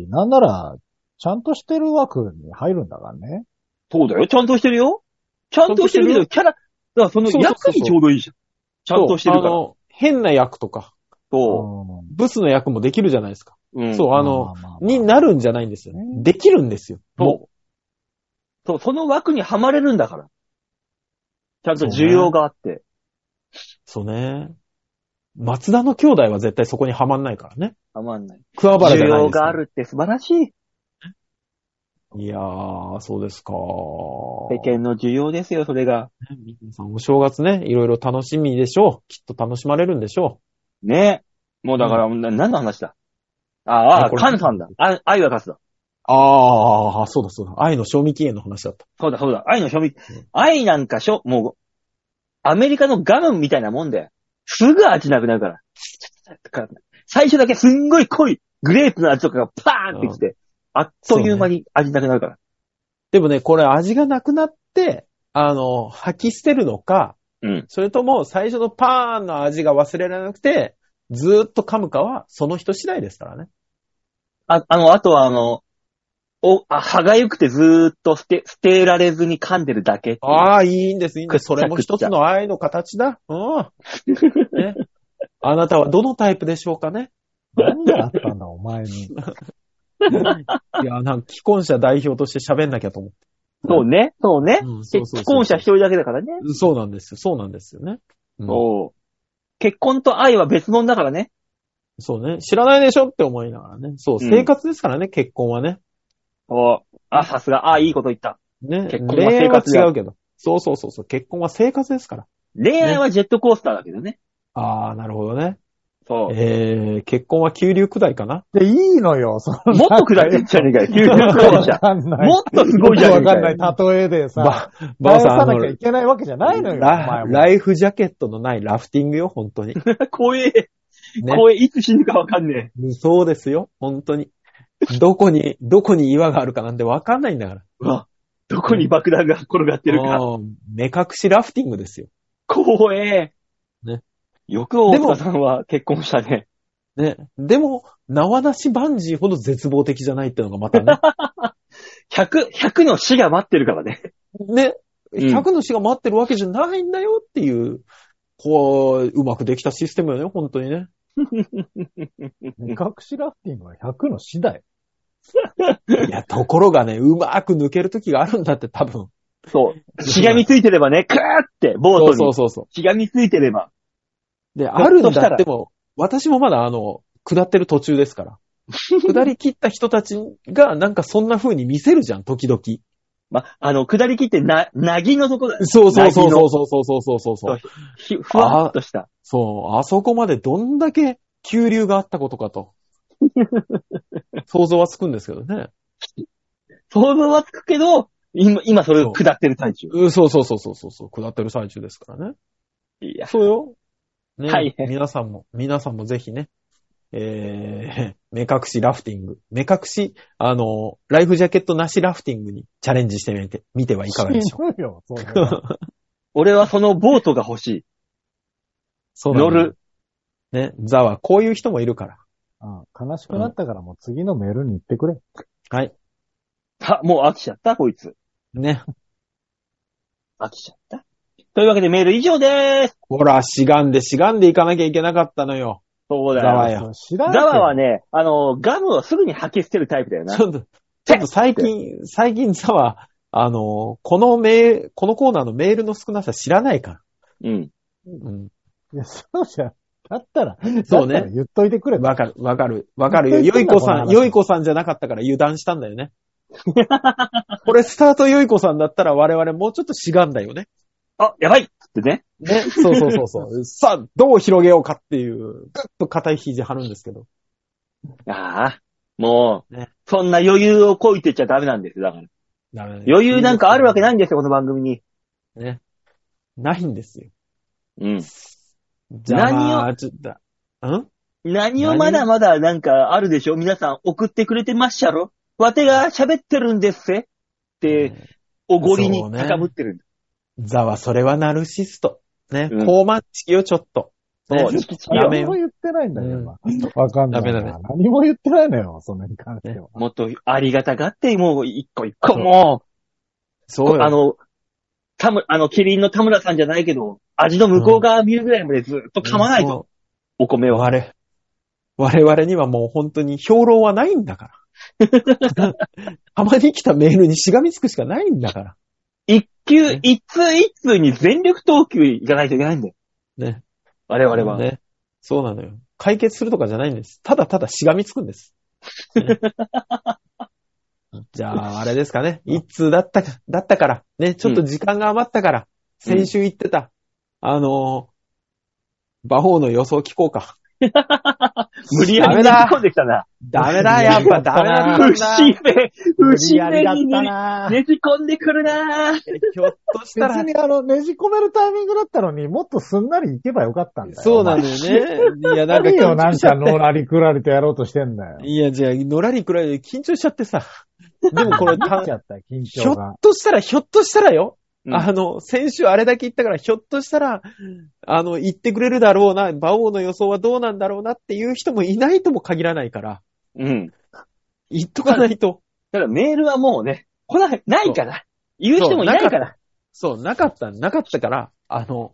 D: なんなら、ちゃんとしてる枠に入るんだからね。
B: そうだよ。ちゃんとしてるよ。ちゃんとしてるけど、キャラ、だからその
C: そうそう
B: 役
C: そうそ
B: に
C: う
B: ちょうどいいじゃん。ちゃんとしてるか
C: そうあ
B: ら。
C: の、変な役とか、
B: そ
D: うん
C: ブスの役もできるじゃないですか。
B: う。うん。
C: そう、あの、、になるんじゃないんですよね。できるんですよ。も
B: そう。そう、その枠にはまれるんだから。ちゃんと需要があって。
C: う。そうね。松田の兄弟は絶対そこにはまんないからね。
B: はまんない。
C: 桑原じ
B: 需
C: ゃない
B: 要
C: です
B: が
C: か
B: あるって素晴らしい。
C: いやー、そうですか。
B: 世間の需要ですよ、それが。
C: 皆さんお正月ね、いろいろ楽しみでしょう。きっと楽しまれるんでしょ
B: ねもうだから、な何の話だああ、
C: これ
B: カンさんだ。あ愛は勝つだ。
C: う。あー、そうだそうだ。愛の賞味期限の話だった。
B: そうだ、そうだ。愛の賞味、愛なんかしょ、もう、アメリカのガムみたいなもんで、すぐ味なくなるから。だから 最初だけすんごい濃いグレープの味とかがパーンってきて、あっという間に味なくなるから。
C: でもね、これ味がなくなって、あの、吐き捨てるのか、
B: うん
C: それとも最初のパーンの味が忘れられなくて、ずーっと噛むかは、その人次第ですからね。
B: ああの、あとはあの、お、あ、歯がゆくてずーっと捨て、捨てられずに噛んでるだけっていう。
C: ああ、いいんです、いいんです。
B: く
C: そ
B: っちゃ
C: れも一つの愛の形だ。 うん。ね、あなたはどのタイプでしょうかね
D: 何があったんだ、お前 に。
C: いや、なんか、既婚者代表として喋んなきゃと思って。
B: そうね、そうね。
C: うん、
B: で既婚者一人だけだからね。
C: そうなんですよ。そうなんですよね。うん
B: そう。結婚と愛は別物だからね。
C: そうね。知らないでしょって思いながらね。そう、
B: うん
C: 生活ですからね、結婚はね。
B: そう。あ、さすが。あ、いいこと言った。
C: ね。
B: 結婚は生活
C: 恋
B: だ
C: 愛は違うけど。そうそうそうそう。結婚は生活ですから。
B: 恋愛はジェットコースターだけどね。
C: ああ、なるほどね。
B: そう。
C: えー、結婚は急流くらいかな。
D: で、いいのよ、その
B: もっと下ってんじゃねえかよ、急 流
D: わ
B: 降車。
D: かんない。
B: もっとすごいじゃねえ
D: よく
B: か
D: わかんない
B: よ。
D: 例えでさ、
C: ば、ばあさん、
D: さ
C: あ
D: な
C: の
D: きゃ、いけないわけじゃないのよ、お前
C: ラ
D: も。
C: ライフジャケットのないラフティングよ、本 当に。
B: 怖え。
C: ね。
B: 怖え。いつ死ぬかわかんね
C: そうですよ、本当に。どこに、どこに岩があるかなんてわかんないんだから。
B: え。うわ、どこに爆弾が転がってるか。
C: うん目隠しラフティングですよ。
B: 怖え。
C: ね。
B: よく大塚さんは結婚したね。
C: ね。でも、縄なしバンジーほど絶望的じゃないってのがまた ね。
B: 100、100の死が待ってるからね。
C: ね。
B: うん
C: 100の死が待ってるわけじゃないんだよっていう、こう、うまくできたシステムよね、本当にね。
D: 目隠しラフティングは100の次第。
C: いや、ところがね、うまく抜ける時があるんだって、多分。
B: そう。しがみついてればね、クーって、ボートに。
C: そうそうそうそ
B: しがみついてれ ば。
C: う。で、あるん
B: ひょっとした
C: だ
B: ら
C: っても、私もまだあの、下ってる途中ですから。下り切った人たちが、なんかそんな風に見せるじゃん、時々。
B: ま、あの、下り切ってな、なぎのとこだ。
C: そうそうそう
B: なぎの
C: そうそうそうそうそうそう。
B: ひふわっとした。
C: そう、あそこまでどんだけ急流があったことか と。想像はつくんですけどね。
B: 想像はつくけど、今、今それを下ってる最中。
C: うんそうそうそうそうそうそう、下ってる最中ですからね。
B: いや、
C: そうよ。ね、
B: 大変
C: 皆さんも、皆さんもぜひね、えー、目隠しラフティング、目隠し、あの、ライフジャケットなしラフティングにチャレンジしてみて、見てはいかがでしょう。
D: 死ぬよ、それは
B: 俺はそのボートが欲しい。
C: そうなの
B: 乗る。
C: ね、ザはこういう人もいるから。
D: うん悲しくなったからもう次のメールに行ってくれ。
C: はい。
B: あ、もう飽きちゃった、こいつ。
C: ね。
B: 飽きちゃった。というわけでメール以上でーす。
C: ほら、しがんで、しがんでいかなきゃいけなかったのよ。
B: そうだ
C: ざわ
B: よ。
C: や
D: そう知らんけ
B: ザ
D: ど
B: ワはね、あの、ガムをすぐに吐き捨てるタイプだよな
C: ち。ょっと、ちょっと最近、最近さは、あの、このメール、このコーナーのメールの少なさ知らないから。
B: うん。
C: うん。
D: いや、そうじゃん。だったら、
C: そうね
D: だったら言っといてくれ。
C: わかる、わかる、わかるよ。
D: 本当
C: よい
D: に言ってんだ
C: こさ
D: この
C: ん、
D: 話
C: よいこさんじゃなかったから油断したんだよね。これスタートよいこさんだったら我々もうちょっとしがんだよね。
B: あ、やばいっつってね。
C: ね。そうそうそうそう。 さあ、どう広げようかっていう、ぐっと硬い肘張るんですけど。
B: ああ、もう、
C: ね
B: そんな余裕をこいてちゃダメなんですよ。だから。
C: なるほどね
B: 余裕なんかあるわけないんですよ、この番組に。
C: ね。ないんですよ。
B: うん。
C: じゃあ、まあ、ちょっと、ん
B: 何をまだまだなんかあるでしょ皆さん送ってくれてまっしゃろわてが喋ってるんですせって、おごりに
C: そうね
B: 高ぶってるんだ。
C: ザはそれはナルシスト。ね。
B: うん
C: 高慢式よ、ちょっと。ね
B: そう、敷地
C: やめ
B: よ。
D: 何も言ってないんだけ
C: うん
D: ど、わかんないな。
C: ダメだ
D: 何も言ってないのよ、そんなに関しては。
B: もっとありがたがって、もう一個一個、
C: そう
B: もう、
C: そうよ。
B: あの、たむ、あの、キリンの田村さんじゃないけど、味の向こう側見るぐらいまでずっと噛まないと、
C: そう。
B: お米は。
C: 我々、我々にはもう本当に評論はないん だから。たまに来たメールにしがみつくしかないんだから。
B: 一
C: ね
B: 球、一通一通に全力投球いかないといけないんだよ。
C: ね。
B: 我々は。
C: ね。そうなのよ。解決するとかじゃないんです。ただただしがみつくんです。 ねじゃあ、あれですかね。一通だったか、だったから、ね、ちょっと時間が余ったから、先週言ってた、あのー、馬王の予想聞こうか。
B: 無理や
C: ダ
B: り
C: メだ
B: 突っ込んできたな。
C: ダメ だ、やっぱダメだ
B: 不思議、不
D: 無
B: 思
D: 理やりだっ
B: 議に
D: たなぁ
B: ねじ込んでくるなぁ。
C: ひょっとしたら
D: 別、にあの、ねじ込めるタイミングだったのに、もっとすんなり行けばよかったんだよ。
C: そうな
D: の
C: のよね。いや、なんか
D: 何よ、なんか、
C: 緊張しちゃ
D: の
C: っ
D: らりくらりとやろうとしてんだよ
C: て。いや、じゃあ、のらりくらいで緊張しちゃってさ。でもこれ、
D: 切
C: た
D: っちゃった、緊
C: ひょ
D: 張が
C: っ。としたら、ひょっとしたらよ。
B: うん
C: あの、先週あれだけ言ったから、ひょっとしたら、あの、言ってくれるだろうな、馬王の予想はどうなんだろうなっていう人もいないとも限らないから、
B: うん。
C: 言っとかないと。
B: ただメールはもうね、来ない、ないから。言う人もいないから。
C: そう、なかった、なかったから、あの、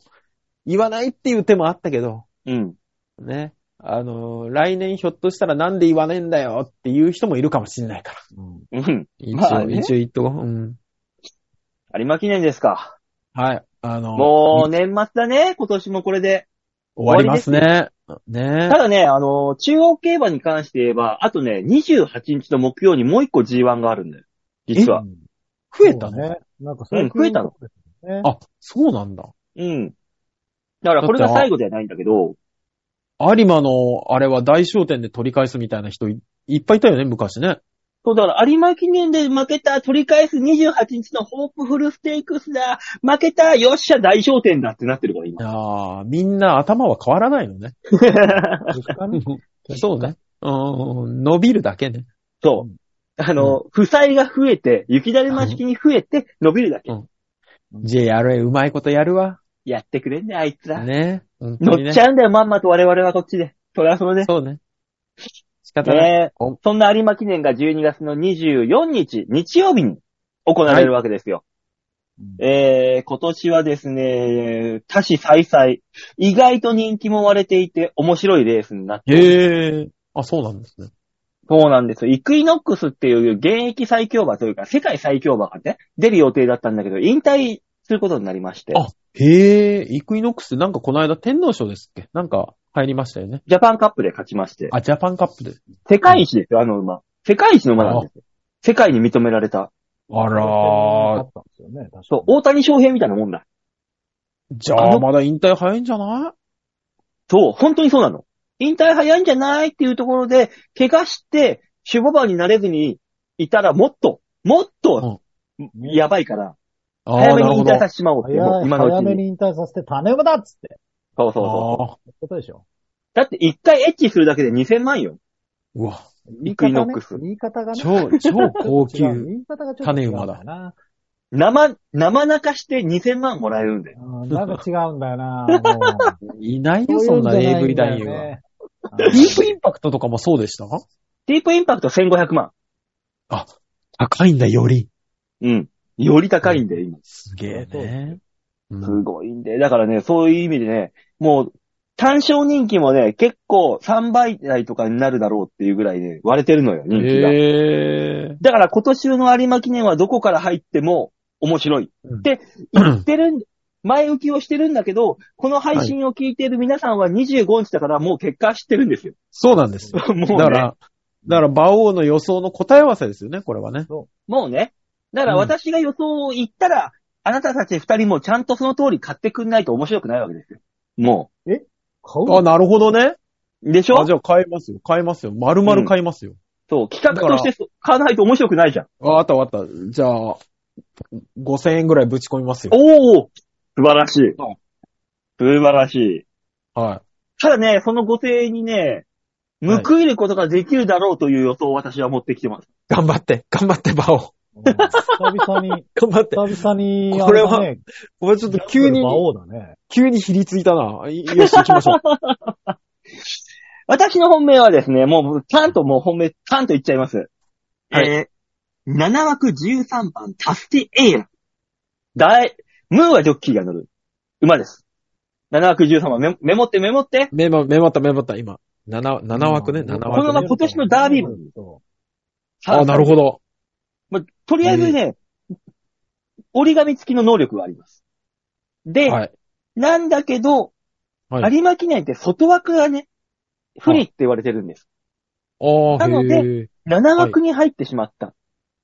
C: 言わないっていう手もあったけど、
B: うん。
C: ね。あの、来年ひょっとしたらなんで言わねえんだよっていう人もいるかもしれないから。
D: うん
B: うん。
C: 一応、
B: まあね
C: 一応言っとこう。うん。
B: 有馬記念ですか。
C: はい。あの、
B: もう年末だね、今年もこれで。
C: 終わりますね。ね
B: ただね、あの、中央競馬に関して言えば、あとね、28日の木曜にもう一個 G1 があるんだよ。実は。
D: うん
C: 増えた
D: そ
C: の
D: うね。なんか
B: うん増えたの
D: ですよね。
C: あ、そうなんだ。
B: うん。だからこれが最後ではないんだけど、
C: 有馬の、あれは大商店で取り返すみたいな人いいっぱいいたよね、昔ね。
B: そうだから有馬記念で負けた、取り返す28日のホープフルステークスだ、負けた、よっしゃ、大商店だってなってるから、
C: い
B: 今。
C: やー、みんな頭は変わらな いのね。
D: 結果ね
C: そうね。うん、伸びるだけね。
B: そうう。あの、負債が増えて、雪だるま式に増えて、伸びるだけ。
C: JRA うまいことやるわ。
B: やってくれんね、あいつら。
C: ね。本当に
B: 乗
C: ね
B: っちゃうんだよ、まんまと我々はこっちで。そりゃそうね。
C: そうね。仕方ない。
B: ねえ
C: お
B: そんな有馬記念が12月の24日、日曜日に行われるわけですよ。えー、今年はですね、多子再々。意外と人気も割れていて面白いレースになって。
C: へえ。あ、そうなんですね。
B: そうなんですよ。イクイノックスっていう現役最強馬というか、世界最強馬がね、出る予定だったんだけど、引退することになりまして。
C: あへえ、イクイノックス、なんかこの間天皇賞ですっけなんか入りましたよね。
B: ジャパンカップで勝ちまして。
C: あ、ジャパンカップで。
B: 世界一ですよ、あの馬。世界一の馬なんですよ。世界に認められた。
C: あ
D: あ
C: らー
D: っ、たんですよ
B: そ
D: ね。
B: う、
D: 確かに
B: 大谷翔平みたいなもんだ。
C: じゃあまだ引退早いんじゃない
B: そう、本当にそうなの。引退早いんじゃないっていうところで、怪我して、守護馬になれずにいたらもっと、もっと、やばいから、
C: あ
B: 早
C: ー
B: め
C: なる
B: に引
C: ほど。
B: 退させてしまおうって、もう
D: 早い
B: 今のう
D: 早
B: ち
D: め
B: に。
D: に引退させて種馬だっつって。
B: そうそうそう。
C: あー
D: ことでしょ。
B: だって一回エッチするだけで2000万よ。
C: うわ、
D: 言い
B: イクイ
D: 方
B: ノッ
D: ね
B: クス。
D: 言い方がね。
C: 超、超高
D: 違う
C: 級。
D: 言い方がちょっと違うんよな。
B: 生、生泣かして2000万もらえるんだよ。
D: うんなんか違うんだよな。もう
C: いない
D: そ
C: よ、
D: うい
C: そ
D: うんじゃ
C: ない
D: ん
C: AV
D: だよ
C: 男優は。
D: ね
C: ディープインパクトとかもそうでした
B: ディープインパクト1500万。
C: 高いんだ、より。
B: うん。より高いんだよ、今。
C: すげえ
D: そう
C: ね。
B: すごいんで。だからね、そういう意味でね、もう、単勝人気もね、結構3倍台とかになるだろうっていうぐらいね、割れてるのよ、人気が。
C: へえ。
B: だから今年の有馬記念はどこから入っても面白い。
C: うん
B: で、言ってるん、前置きをしてるんだけど、この配信を聞いている皆さんは25日だからもう結果は知ってるんですよ。
C: そうなんですよ。
B: もうね。
C: だから、だから、馬王の予想の答え合わせですよね、これはね。
B: もうね。だから私が予想を言ったら、あなたたち二人もちゃんとその通り買ってくんないと面白くないわけですよ。も
D: 買う
C: あ、なるほどね。
B: う。でしょ
C: あ、じゃあ買えますよ。買えますよ。丸々買えますよ。
B: そう、企画としてそ買わないと面白くないじゃん。
C: あ、あったわかった。じゃあ、5000円ぐらいぶち込みますよ。
B: おお素晴らしい。素晴らしい。
C: は
B: ただね、そのご声にね、
C: はい
B: 報いることができるだろうという予想を私は持ってきてます。
C: い。頑張って、頑張って、馬王。
D: うん久々に、
C: 頑張って。
D: 久々に、
C: これは
D: あだね、
C: 俺ちょっと急に
D: 魔、王だね。
C: 急にひりついたな。いよし、行きましょう。
B: 私の本命はですね、もう、ちゃんともう本命、ちゃんと言っちゃいます。
C: はい
B: えー、7枠13番、タスティエイラ。大、ムーはジョッキーが乗る。馬です。7枠13番、メメモってメモって。
C: メモ、メモった、メモった、今。7、7枠ね、7
B: この
C: 枠
B: ま
C: ね。
B: ま今年のダービー馬
D: そ
C: あ、なる
B: ど。
C: ほど。
B: まあとりあえずね、折り紙付きの能力はあります。で、
C: はい。
B: なんだけど、
C: はい
B: 有馬記念って外枠がね、不利って言われてるんです。
C: ああ、
B: なので
C: へえ。
B: 7枠に入ってしまった。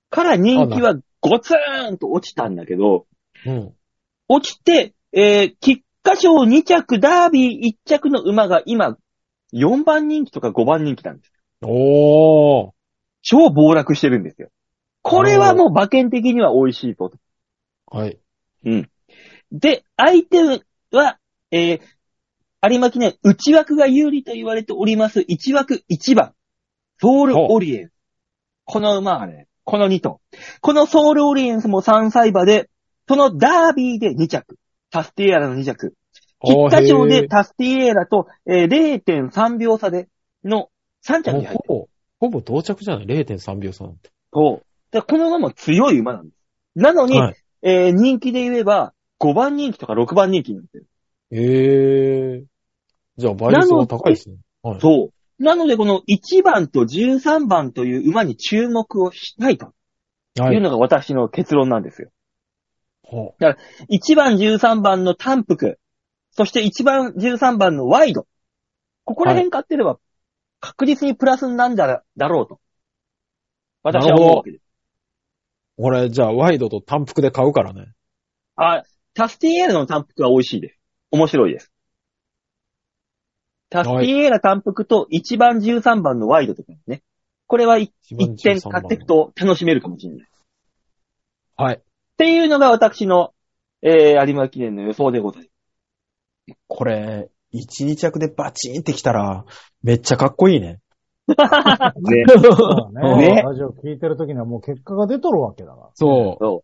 B: から人気はゴツーンと落ちたんだけど、
C: うん。
B: 落ちて、えー、菊花賞2着、ダービー1着の馬が今、4番人気とか5番人気なんです。
C: おー。
B: 超暴落してるんですよ。これはもう馬券的には美味しいと。
C: はい。
B: で、相手は、えー、有馬記念、内枠が有利と言われております、1枠1番、ソウルオリエンス。この馬はね、この2頭。このソウルオリエンスも3歳馬で、そのダービーで2着、タスティエーラの2着、菊花賞
C: あーへ
B: で
C: え
B: タスティエーラと、えー0.3秒差での3着
C: もう
B: に入ってる。
C: ほぼ、ほぼ到着じゃない ?0.3 秒差なんて。
B: そう。で、この馬も強い馬なんです。なのに、
C: はい。
B: えー人気で言えば、5番人気とか6番人気になってる
C: へえ。じゃあ倍率が高いですね。はい。
B: そう。なので、この1番と13番という馬に注目をしたいと
C: はいいう
B: のが私の結論なんですよ。
C: ほ
B: 1番13番の単幅、そして1番13番のワイド。ここら辺買ってれば、確実にプラスになんだらだろうと。私は思うわけです。
C: う俺、じゃあ、ワイドと単服で買うからね。
B: あ、タスティエーラの単服は美味しいです。面白いです。タスティエーラ単服と1番13番のワイドとかね。これは一
C: 一番
B: 一点買っていくと楽しめるかもしれない。っ
C: はい。
B: ていうのが私の、えー、有馬記念の予想でございます。
C: これ、1、2着でバチンってきたら、めっちゃかっこいいね。
B: ね
D: そうだ
B: ね
D: ね。ラジオ聞いてる時にはもう結果が出とるわけだか
C: そ
B: そう。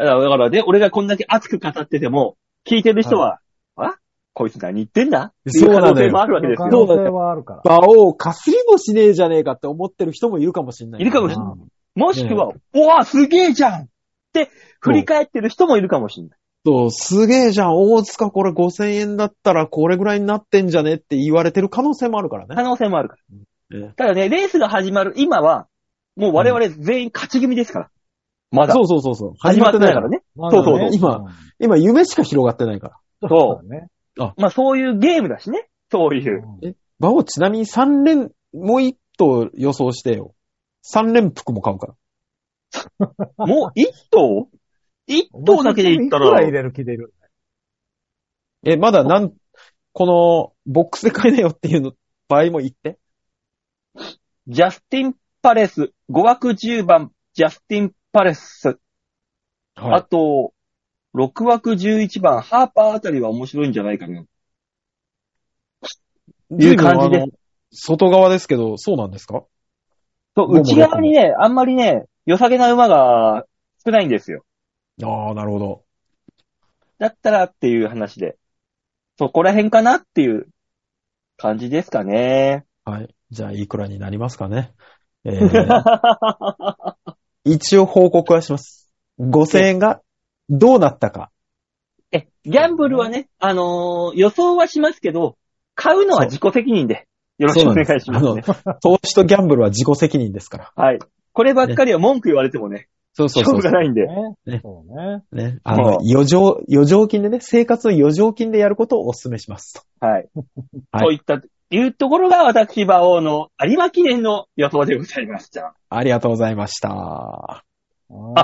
B: だから、だからね、俺がこんだけ熱く語ってても、聞いてる人は、あこいつ何言ってんだっていう
C: そう
B: 可
C: な
B: 能
C: のよ
B: 性もあるわけ
D: ら。
B: です
D: 可
B: よ。
D: 能性はあるから
C: う。。馬王、かすりもしねえじゃねえかって思ってる人もいるかもしれない。
B: いるかもしれ
D: うん
B: もしくは、おわ、すげえじゃんって、振り返ってる人もいるかもしれない。
C: そう、すげえじゃん、大塚これ5000円だったらこれぐらいになってんじゃねって言われてる可能性もあるから
B: 可
C: ね。
B: 能性もあるか
C: え
B: ら。ただね、レースが始まる今は、もう我々全員勝ち組ですから。まだ
C: そ。うそうそうそう。
B: 始まってないから
C: ね。
B: ね。
D: まだね
B: そうそう
C: 今。今、夢しか広がってないか
B: そ
C: ら。
D: そうだね。
B: う。まあそういうゲームだしね。そういう。
D: うん
C: 馬王、ちなみに3連、もう一頭予想してよ。3連服も買うから。
B: もう一頭一頭だけで言った
D: お前
B: ら
D: それいくら入、れる気でいる
C: え、まだなん、この、ボックスで買いなよっていうの、場合も言って。
B: ジャスティン・パレス、5枠10番、ジャスティン・パレス、
C: は
B: あと、6枠11番、ハーパーあたりは面白いんじゃないかな。
C: い。
B: いう感じです
C: あの。外側ですけど、そうなんですか
B: そう、内側にね、あんまりね、良さげな馬が少ないんですよ。
C: ああ、なるほど。
B: だったらっていう話で。そこら辺かなっていう感じですかね。
C: はい。じゃあ、いくらになりますかね。えー一応報告はします。5000円がどうなったか。
B: え、ギャンブルはね、あのー予想はしますけど、買うのは自己責任で、よろしくお願いします、
C: そうなん
B: ね
C: で。投資とギャンブルは自己責任ですから。
B: はい。こればっかりは文句言われてもね、
C: そうそ
B: 勝負がないんで。
D: ね
C: ね。
D: そうね。
C: ね。あの、余剰、余剰金でね、生活の余剰金でやることをお勧めしますと。
B: はい。
C: はい
B: といった、いうところが私、馬王の有馬記念の予想でございました。
C: ありがとうございました。
B: あコ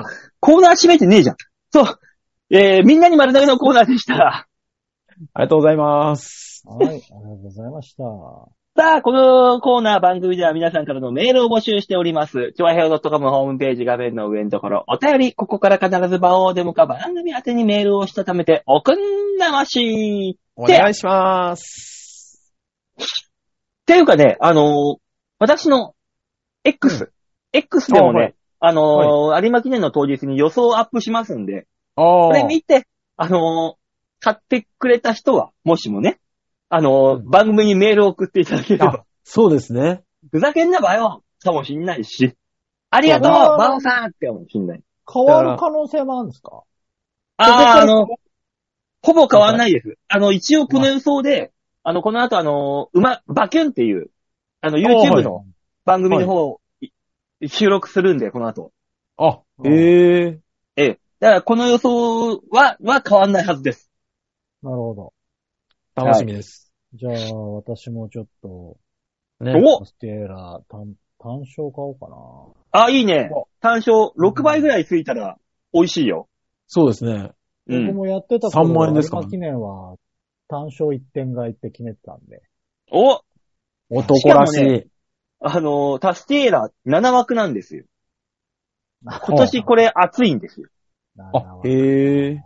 B: ーナー閉めてねえじゃん。そう。えー、みんなに丸投げのコーナーでした。
C: ありがとうございます。
D: はい、ありがとうございました。
B: さあ、このコーナー番組では皆さんからのメールを募集しております。ちょわへッ .com ホームページ画面の上のところ、お便り、ここから必ず場をデモか番組宛てにメールをしたためて、おくんなまし
C: お願いします。
B: っていうかね、あのー私の X、X でもね、あのー有馬記念の当日に予想をアップしますんで、
C: あ
B: こ
C: あ
B: れ見て、あのー買ってくれた人は、もしもね、あのー番組にメールを送っていただければ、
C: そうですね。
B: ふざけんなばよかもしんないし、ありがとう
D: そうだな
B: バオさんってかもしんない。
D: 変わる可能性もあるんですか
B: あー、あの、ほぼ変わんないです。あの、一応この予想で、あの、この後あの、馬、バキュンっていう、あの、
C: あ
B: YouTube
C: はい
B: の番組の方を、い収録するんで、この後。
C: あ、ええ
B: ええ。だから、この予想は、は変わんないはずです。
D: なるほど。
C: 楽しみです。
D: じゃあ、私もちょっと、
C: ね
B: お
D: ステーラー単、単勝買おうかな。
B: あ、いいね
D: お。
B: 単勝6倍ぐらいついたら、美味しいよ。
C: そうですね。
B: う
D: 僕
B: ん。
D: もやってた
C: 3万円ですか
D: 有馬記念は、単勝1点買いって決めてたんで。
B: お
C: 男らし
B: しかも
C: い。
B: あのー、タスティエラ7枠なんですよ。今
D: 今
B: 年これ熱いんですよ。
C: あ、へえ。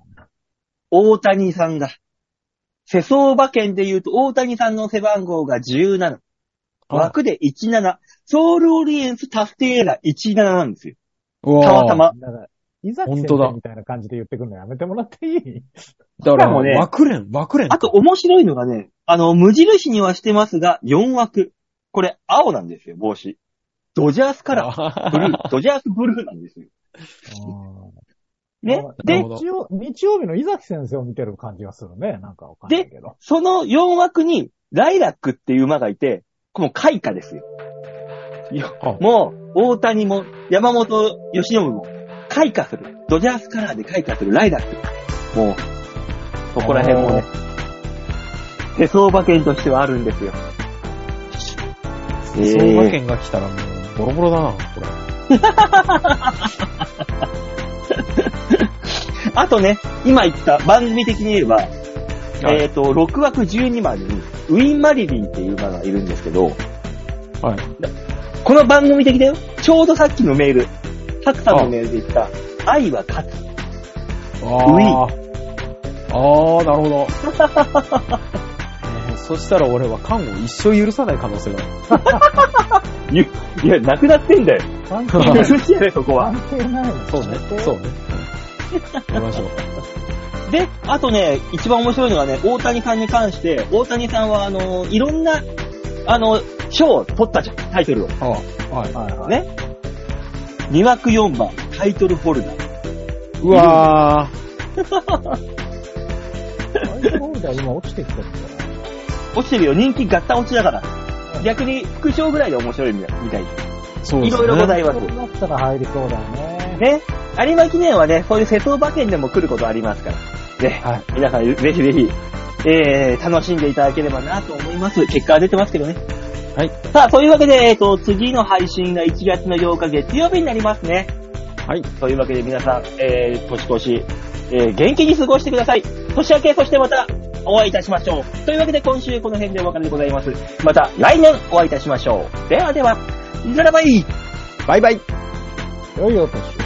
B: 大谷さんが。世相馬券で言うと、大谷さんの背番号が17。枠で17。ソウルオリエンスタスティエラ17なんですよ。
C: うわー
B: たまた。ま。
D: なんか、いざ
C: 本当だ
D: みたいな感じで言ってくるのやめてもらっていい
C: だ
B: しかも
C: か
B: ね
C: ら、枠連、枠 連。
B: あと、面白いのがね、あの、無印にはしてますが、4枠。これ、青なんですよ、帽子。ドジャースカラー。ブルー。ドジャースブルーなん ですよ。ね。
C: な
B: で
C: るほ、ど
D: 日曜、日曜日の伊崎先生を見てる感じがするね。なんかわかんないけど。
B: その4枠に、ライラックっていう馬がいて、もう開花ですよ。いや
C: あ
B: もう、大谷も、山本由伸も、開花する。ドジャースカラーで開花するライラック。もう、そこら辺もね、手相馬券としてはあるんですよ。
C: 相馬券が来たらもう、ボロボロだな、これ。
B: あとね、今言った番組的に言えば、えっ、と、6枠12までに、ウィン・マリリンっていう馬がいるんですけど、
C: はい。
B: この番組的だよ。ちょうどさっきのメール、たくさんのメールで言った、愛は勝つ。
C: あーあー、な るほど。えーそしたら俺は缶を一生許さない可能性がある。
B: いや、なくなってんだよ。
D: 関係 ない。
B: 嘘じゃない、そこは。
D: 関係ないの。
C: そうね。そうね。やりましょう。
B: で、あとね、一番面白いのがね、大谷さんに関して、大谷さんは、あの、いろんな、あの、賞を取ったじゃん、タイトルを。
C: ああ、 はい。
D: はいはい。
B: ね2枠4番、タイトルホルダー。
C: うわ
D: アイドルホルダー今落ちてきたっけ
B: 落ちてるよ、人気ガッタ落ちだから。逆に、副賞ぐらいで面白いみたいみたい。
C: ー。そう
B: い
C: ですね。
B: ろいろございます
D: こ。うなったら入りそうだよね。
B: ね。有馬記念はね、そういう瀬戸馬券でも来ることありますから。ね。
C: はい。
B: 皆さん、ぜひぜひ、えー、楽しんでいただければなと思います。結果は出てますけどね。
C: はい。
B: さあ、というわけで、えっ、と、次の配信が1月の8日月曜日になりますね。
C: はい。
B: というわけで皆さん、えー、年越し、えー、元気に過ごしてください。年明け、そしてまたお会いいたしましょう。というわけで今週この辺でお別れでございます。また来年お会いいたしましょう。ではでは、ならばいい
C: バイバイ。
D: 良いお年を。